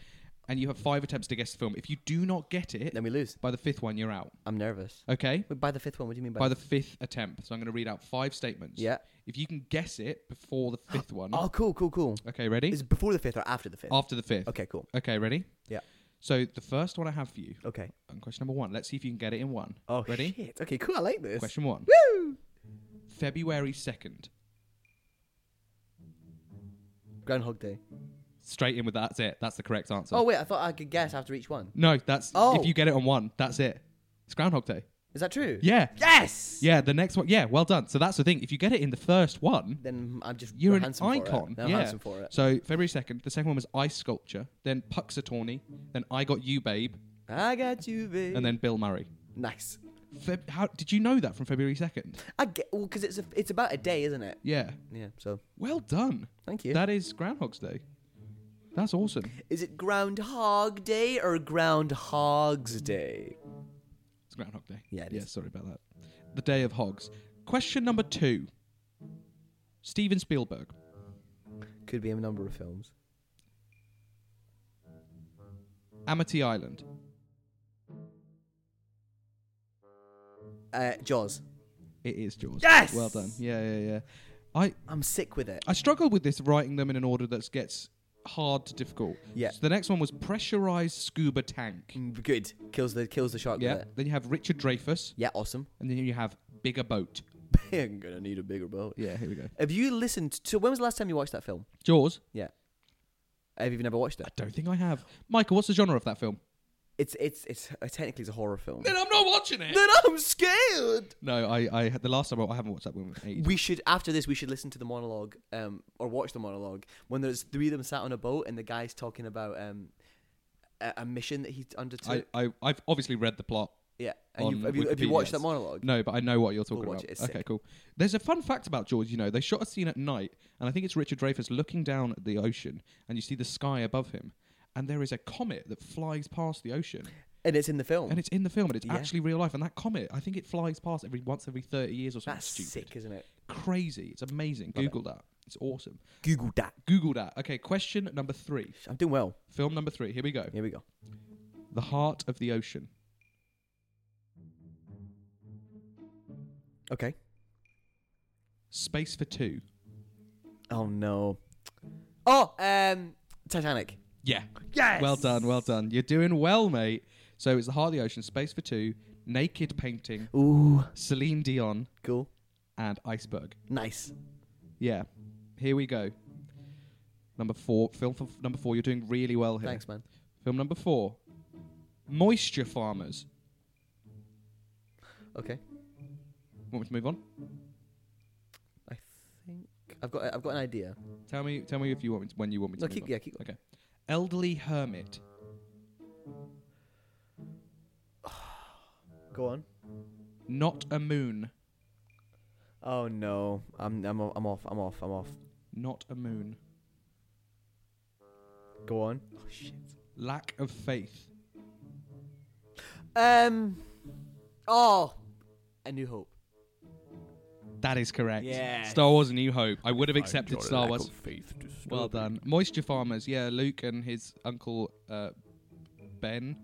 and you have five attempts to guess the film. If you do not get it,
Then we lose.
by the fifth one, you're out.
I'm nervous.
Okay.
Wait, by the fifth one, what do you mean by?
by the fifth attempt. So I'm going to read out five statements.
Yeah.
If you can guess it before the fifth one.
oh, cool, cool, cool.
Okay, Mm-hmm. ready? Oh.
Is it before the fifth or after the fifth?
After the fifth.
Okay, cool.
Okay, ready?
Yeah.
So the first one I have for you,
Okay.
on question number one. Let's see if you can get it in one.
Oh,
ready?
shit. Okay, cool. I like this.
Question one.
Woo!
February second.
Groundhog Day.
Straight in with that. that's it. That's the correct answer.
oh wait, I thought I could guess after each one.
no, that's
Oh.
if you get it on one, that's it. It's Groundhog Day.
Is that true?
Yeah.
Yes.
Yeah. The next one. Yeah. Well done. So that's the thing. If you get it in the first one,
Then I'm just
You're
we're
an
handsome For
icon.
it. Then I'm
yeah.
handsome for it.
So February second. The second one was Ice Sculpture, then Puxatawny, then I Got You Babe,
I got you, babe.
and then Bill Murray.
nice.
Feb- how did you know that from February second?
I get well because it's a, it's about a day, isn't it?
Yeah.
Yeah. So
Well done.
thank you.
That is Groundhog's Day. That's awesome.
Is it Groundhog Day or Groundhog's Day?
It's Groundhog Day.
Yeah, it
yeah.
is.
Sorry about that. The Day of Hogs. Question number two. Steven Spielberg.
Could be a number of films.
Amity Island.
Uh, Jaws.
It is Jaws.
Yes!
Well done. Yeah, yeah, yeah. I
I'm sick with it.
I struggled with this writing them in an order that gets hard to difficult.
Yeah.
So the next one was pressurized scuba tank.
Mm, Good. Kills the kills the shark
Yeah.
with it.
Then you have Richard Dreyfuss,
Yeah. Awesome.
and then you have bigger boat.
I'm gonna need a bigger boat.
Yeah. Here we go.
Have you listened to? When was the last time you watched that film?
Jaws.
Yeah. Have you never watched it?
I don't think I have. Michael, what's the genre of that film?
It's it's it's uh, technically it's a horror film.
I'm not watching it.
Then I'm scared.
No, I, I the last time I, I haven't watched that one. in ages.
We should after this we should listen to the monologue um or watch the monologue when there's three of them sat on a boat and the guy's talking about um a, a mission that he
I,
undertook.
I I've obviously read the plot.
yeah, and
on
you, have, you, have you
Wikipedia,
watched that
yes.
monologue?
No, but I know what you're talking
We'll watch
about.
it, it's
okay,
sick.
cool. There's a fun fact about Jaws. You know, they shot a scene at night, and I think it's Richard Dreyfuss looking down at the ocean, and you see the sky above him, and there is a comet that flies past the ocean,
and it's in the film.
and it's in the film, and it's
Oh. Yeah.
actually real life. And that comet, I think it flies past every once every thirty years or something.
That's
stupid.
sick, isn't it?
Crazy. It's amazing. Google that. It's awesome.
Google that.
Google that. Okay, question number three.
I'm doing well.
Film number three. Here we go.
Here we go.
The Heart of the Ocean.
Okay.
Space for Two.
Oh no. Oh, um, Titanic.
Yeah. Yes. Well done. Well done. You're doing well, mate. So it's the Heart of the Ocean, Space for Two, Naked Painting,
Ooh,
Celine Dion,
cool.
and Iceberg.
Nice.
Yeah. Here we go. Number four. Film for number four. You're doing really well here.
Thanks, man.
Film number four. Moisture Farmers.
Okay.
Want me to move on?
I think I've got. I've got an idea.
Tell me, tell me if you want me to, when you want me to.
No,
move
keep.
on.
Yeah, keep.
Okay. Elderly hermit.
Go on.
Not a moon.
Oh no, I'm. I'm. o- I'm off. I'm off. I'm off.
Not a moon.
Go on. Oh shit.
Lack of faith.
Um. Oh, a new hope.
That is correct.
Yes.
Star Wars: A New Hope. I would have accepted Star Wars. Well done. Moisture farmers. Yeah, Luke and his uncle uh, Ben.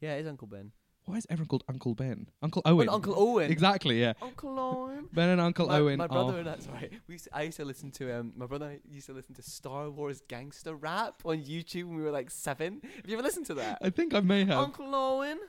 Yeah, it's Uncle Ben.
Why is everyone called Uncle Ben? Uncle
Oh,
Owen.
Uncle Owen.
Exactly. Yeah.
Uncle Owen.
Ben and Uncle
my,
Owen. oh.
my
are-
brother and I, sorry, we used to, I used to listen to um, my brother and I used to listen to Star Wars gangster rap on YouTube when we were like seven. Have you ever listened to that?
I think I may have.
Uncle Owen,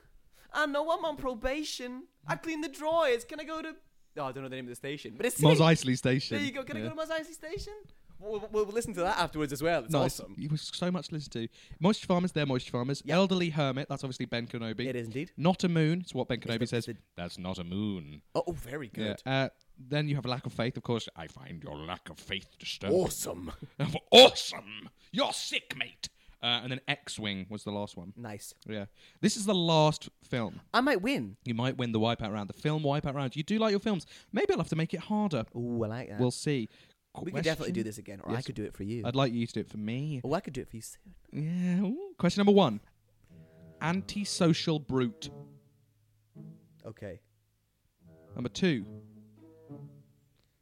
I know I'm on probation. I clean the drawers. Can I go to? No, I don't know the name of the station, but it's
Mos
silly.
Eisley Station.
There you go. Can
Yeah.
I go to Mos Eisley Station? We'll, we'll, we'll listen to that afterwards as well. It's
Nice.
awesome.
It was so much to listen to. Moisture farmers, they're moisture farmers. Elderly hermit, that's obviously Ben Kenobi.
is indeed.
Not a moon, it's what Ben Kenobi
the-
says.
the-
That's not a moon.
Oh, oh, very good.
Yeah. Uh, then you have a lack of faith, of course. I find your lack of faith disturbing.
Awesome.
awesome! You're sick, mate. Uh, and then X-wing was the last one.
Nice.
Yeah, this is the last film.
I might win.
You might win the wipeout round. The film wipeout round. You do like your films. Maybe I'll have to make it harder.
Ooh, I like that.
We'll see.
we could definitely do
Question-
this again, or I
Yes.
could do it for you.
I'd like you to do it for me.
oh, I could do it for you soon.
Yeah. ooh. Question number one. Antisocial brute.
Okay.
Number two.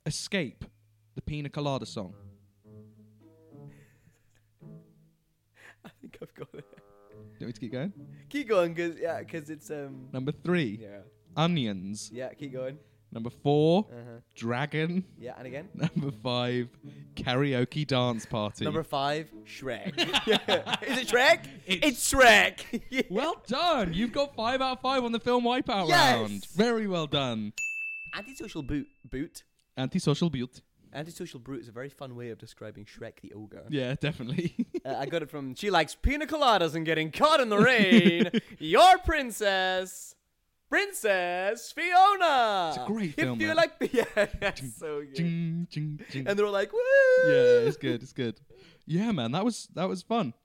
Escape. The Pina Colada song.
I think I've got it.
Do you want me to keep going?
Keep going, cause yeah, 'cause it's um.
Number three.
Yeah.
Onions.
Yeah. Keep going.
Number four.
Uh huh.
Dragon.
Yeah, and again.
Number five. Karaoke dance party.
Number five, Shrek. Is it Shrek? It's, Shrek. Yeah.
well done. You've got five out of five on the film wipeout
Yes.
round. Very well done.
Antisocial boot boot.
Antisocial brute.
Antisocial brute is a very fun way of describing Shrek the ogre.
Yeah, definitely.
Uh, I got it from she likes pina coladas and getting caught in the rain. Your princess, Princess Fiona.
It's a great
if
film,
you
that.
like, yeah, it's so good.
Ching, ching, ching.
And they're all like, woo!
yeah, it's good. It's good. Yeah, man, that was that was fun.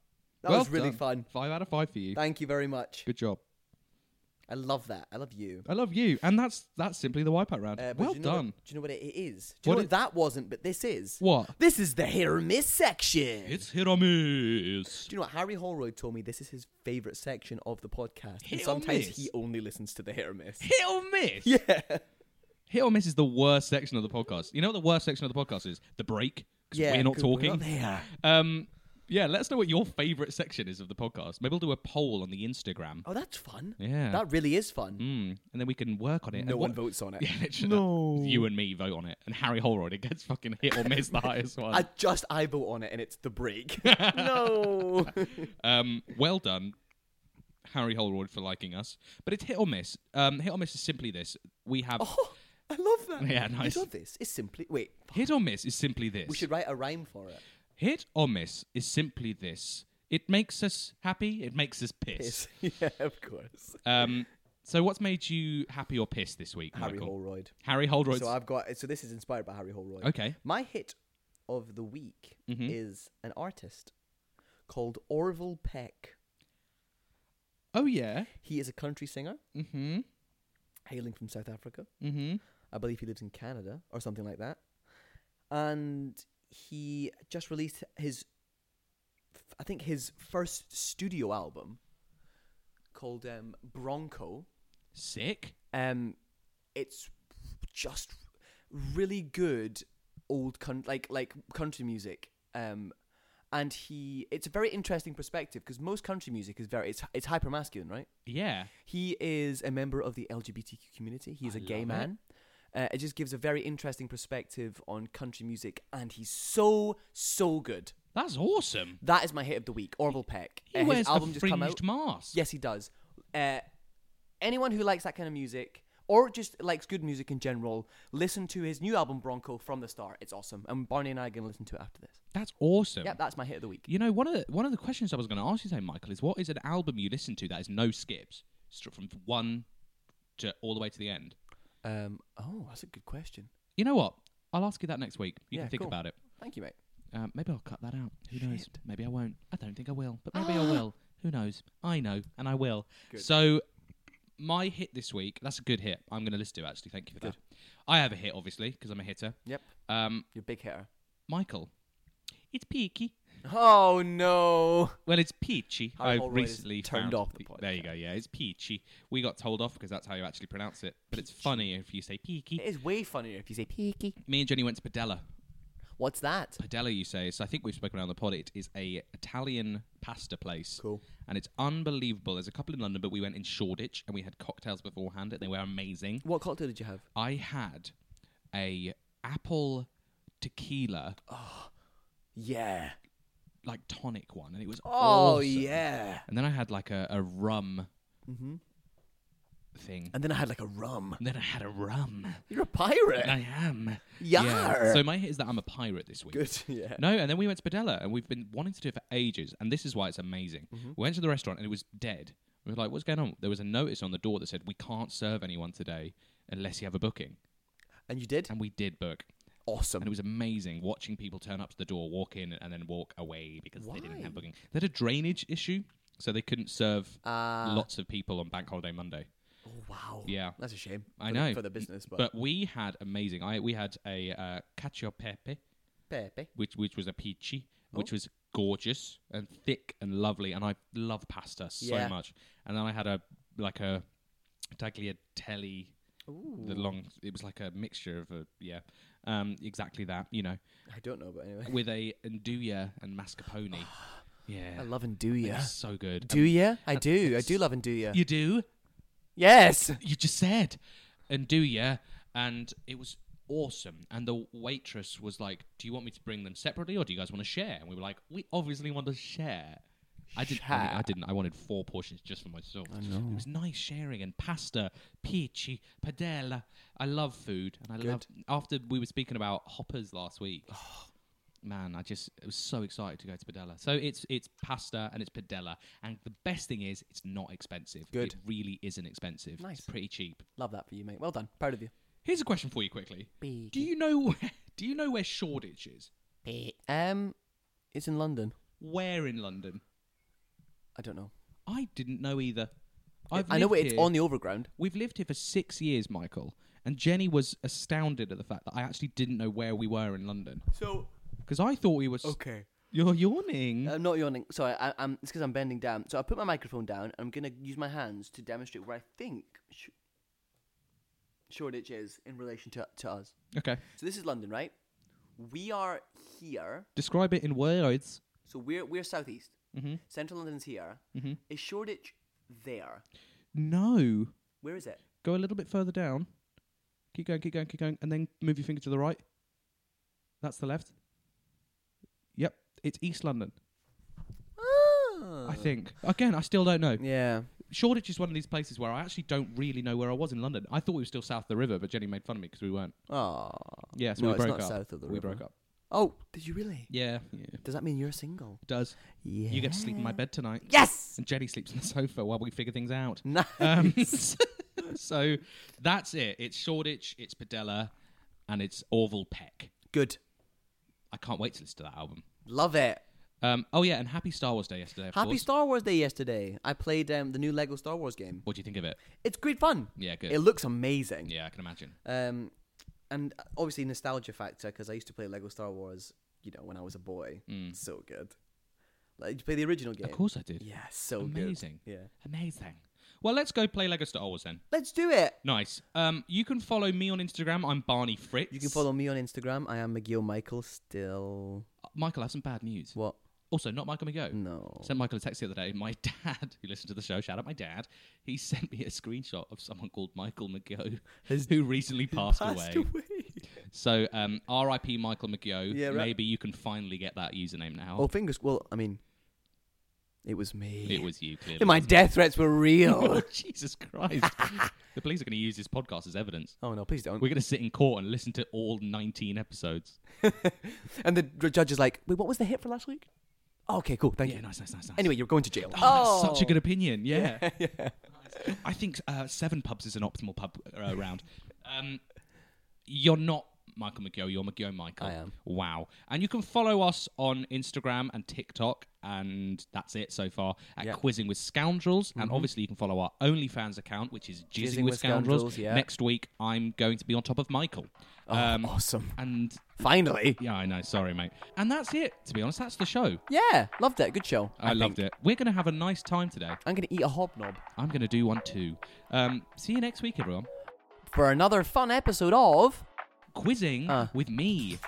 that
Well
was really
done.
fun.
Five out of five for you.
Thank you very much.
Good job.
I love that. I love you.
I love you. And that's that's simply the wipeout round.
Uh, but
well
do you know what-
done.
do you know what it is? Do you
What
know
it-
what that wasn't, but this is?
What?
This is the hit or miss section.
It's hit or miss.
Do you know what Harry Holroyd told me? This is his favorite section of the podcast, and
Hit or
sometimes
miss?
he only listens to the hit or miss.
Hit or miss.
yeah,
Hit or miss is the worst section of the podcast. You know what the worst section of the podcast is? The break. 'cause
yeah.
we're not
'cause we're
talking.
not there.
um, yeah, let us know what your favorite section is of the podcast. Maybe we'll do a poll on the Instagram.
Oh, that's fun.
Yeah.
That really is fun.
Mm, and then we can work on it.
No
and
one
what-
votes on it.
Yeah, literally. No. You and me vote on it, and Harry Holroyd it gets fucking hit or miss the highest one.
I just I vote on it, and it's the break. no.
Um, well done, Harry Holroyd, for liking us. But it's hit or miss. Um, hit or miss is simply this: we have
oh, I love that.
Yeah, nice.
You know this? It's simply wait.
hit or miss is simply this.
We should write a rhyme for it.
Hit or miss is simply this. It makes us happy. It makes us piss.
It's, yeah, of course.
Um, so what's made you happy or pissed this week,
Harry
Michael?
Holroyd.
Harry Holroyd.
So I've got. So this is inspired by Harry Holroyd.
okay.
My hit of the week
Mhm.
is an artist called Orville Peck.
Oh yeah.
He is a country singer
Mm-hmm.
hailing from South Africa.
Mm-hmm.
I believe he lives in Canada or something like that. And he just released his, I think his first studio album called um, Bronco.
Sick.
Um, it's just really good old country, like like country music. Um, and he, it's a very interesting perspective because most country music is very it's it's hyper masculine, right?
Yeah.
He is a member of the LGBTQ community. He's a
I
gay
love it.
man. Uh, it just gives a very interesting perspective on country music, and he's so so good.
That's awesome.
That is my hit of the week, Orville Peck.
He
Uh,
wears
his album
a
just
fringed
come out.
mask.
Yes, he does. Uh, anyone who likes that kind of music or just likes good music in general, listen to his new album Bronco from the start. It's awesome, and Barney and I are gonna listen to it after this.
That's awesome.
Yep, that's my hit of the week.
You know, one of the one of the questions I was going to ask you today, Michael, is what is an album you listen to that is no skips, str- from one to all the way to the end?
Um, oh, that's a good question.
You know what? I'll ask you that next week. You
Yeah,
can think
cool.
about it.
Thank you, mate.
Uh, maybe I'll cut that out. Who knows?
Shit.
Maybe I won't. I don't think I will, but maybe I will. Who knows? I know, and I will.
Good.
So, my hit this week, that's a good hit. I'm going to list it, actually. Thank you for
Good.
that. I have a hit, obviously, because I'm a hitter.
Yep.
Um,
You're a big hitter.
Michael. It's peaky.
Oh no!
Well, it's peachy.
Harry
I
Holroyd has
recently
turned
found-
off the
There you go. Yeah, it's peachy. We got told off because that's how you actually pronounce it. But it's funny if you say
It
peaky.
is way funnier if you say peaky.
Me and Jenny went to Padella.
What's that?
Padella, you say. So I think we've spoken around the pod. It is a Italian pasta place.
Cool.
And it's unbelievable. There's a couple in London, but we went in Shoreditch and we had cocktails beforehand, and they were amazing.
What cocktail did you have?
I had a apple tequila
Yeah.
like tonic one, and it was
Oh
awesome.
yeah. Mm-hmm.
And then I had like a, a rum thing.
And then I had like a rum.
And then I had a rum.
You're a pirate.
I am.
Yar.
So my hit is that I'm a pirate this week.
Good. Yeah.
No, and then we went to Padella, and we've been wanting to do it for ages, and this is why it's amazing.
Mm-hmm.
We went to the restaurant, and it was dead. We were like, "What's going on?" There was a notice on the door that said, "We can't serve anyone today unless you have a booking,"
And you did.
and we did book,
Awesome.
and it was amazing watching people turn up to the door, walk in, and then walk away because they didn't
Why?
have booking. They had a drainage issue, so they couldn't serve
Ah.
lots of people on Bank Holiday Monday.
Oh, wow.
Yeah.
That's a shame.
I
for
know
the, for the business, but,
but we had amazing. I we had a uh, cacio e pepe.
Pepe.
which which was a peachy, which was gorgeous and thick and lovely, and I love pasta so
Yeah.
much. And then I had a like a tagliatelle, the long. It was like a mixture of a yeah, um, exactly that you know,
I don't know, but anyway.
with a andouille and mascarpone.
I
yeah,
love and um, uh, do ya.
it's so good.
Do ya? I do. I do love and do ya.
you do?
Yes.
You just said andouille, and it was. Awesome, and the waitress was like, "Do you want me to bring them separately, or do you guys want to share?" And we were like, "We obviously want to share." I didn't. I, mean, I
Share.
didn't. I wanted four portions just for myself. I know. It was nice sharing and pasta, peachy, padella. I love food, and I love. After we were speaking about hoppers last week, man, I just I was so excited to go to padella. So it's it's pasta and it's padella, and the best thing is it's not expensive.
Good.
It really isn't expensive.
Nice.
It's pretty cheap.
Love that for you, mate. Well done. Proud of you.
Here's a question for you quickly.
Big.
Do you know where, do you know where Shoreditch is?
Um, it's in London.
Where in London?
I don't know.
I didn't know either. I've
I know
lived
it's
here-
on the overground.
We've lived here for six years, Michael, and Jenny was astounded at the fact that I actually didn't know where we were in London
So
because I thought we were. you
okay.
you're yawning.
I'm Uh, not yawning. Sorry, I, I'm. It's because I'm bending down. So I put my microphone down. I'm gonna use my hands to demonstrate where I think Sh- Shoreditch is in relation to to us.
okay,
So this is London, right? We are here.
describe it in words.
So we're we're southeast.
Mhm.
Central London's here.
Mhm.
Is Shoreditch there?
No,
Where is it?
go a little bit further down. Keep going, keep going, keep going, and then move your finger to the right. That's the left. Yep, it's East London. I think. uh, Again, I still don't know.
Yeah.
Shoreditch is one of these places where I actually don't really know where I was in London. I thought we were still south of the river, but Jenny made fun of me because we weren't.
Oh.
Yeah, so
No,
we
it's
broke
not
up.
south of the
we
river.
broke up.
Oh, did you really?
Yeah, yeah. It
Does that mean you're single?
does.
Yeah.
You get to sleep in my bed tonight.
Yes.
And Jenny sleeps on the sofa while we figure things out.
Nice.
Um, so that's it. It's Shoreditch, it's Padella, and it's Orville Peck.
Good.
I can't wait to listen to that album.
Love it.
Um, oh, yeah, and happy Star Wars Day yesterday, of
Happy
course.
Star Wars Day yesterday. I played um, the new Lego Star Wars game.
what do you think of it?
It's great fun.
Yeah, good.
It looks amazing.
yeah, I can imagine.
Um, and obviously nostalgia factor because I used to play Lego Star Wars, you know, when I was a boy. So good. Like you play the original game.
Mm. Of course I did.
Yeah, so good.
Amazing.
Yeah.
Amazing. Well, let's go play Lego Star Wars then.
Let's do it.
Nice. Um, you can follow me on Instagram. I'm Barney Fritz.
You can follow me on Instagram. I am McGill Michael. Still,
Uh, Michael. I have some bad news.
what?
Also, not Michael McGo.
No.
Sent Michael a text the other day. My dad, who listened to the show, shout out my dad. He sent me a screenshot of someone called Michael McGo, who recently passed, away. So, um, R.I.P. Michael McGo.
Yeah, right.
Maybe you can finally get that username now.
Oh, fingers. Well, I mean, it was me.
It was you, clearly.
And my
wasn't
death threats were
it?
real.
Oh, Jesus Christ! the police are going to use this podcast as evidence.
oh no, please don't.
We're going to sit in court and listen to all 19 episodes.
And the d- judge is like, "Wait, what was the hit for last week?" Oh, okay, cool. Thank
Yeah,
you.
nice, nice, nice, nice.
Anyway, you're going to jail.
Oh, that's such a good opinion. Yeah. I think uh, seven pubs is an optimal pub uh, round. Um, you're not Michael McGill. You're McGill Michael.
I am.
Wow. And you can follow us on Instagram and TikTok, and that's it so far, at
Yep.
Quizzing with Scoundrels.
Mm-hmm.
And obviously, you can follow our OnlyFans account, which is Jizzing, with, Scoundrels.
yeah. Oh.
Next week, I'm going to be on top of Michael. um,
awesome.
And
Finally.
yeah, I know. Sorry, mate. And that's it, to be honest. That's the show.
Yeah, loved it. Good show.
I, loved
think.
it. We're going to have a nice time today.
I'm going to eat a hobnob
I'm going to do one too. Um, see you next week, everyone.
for another fun episode of.
Quizzing
Uh.
with me,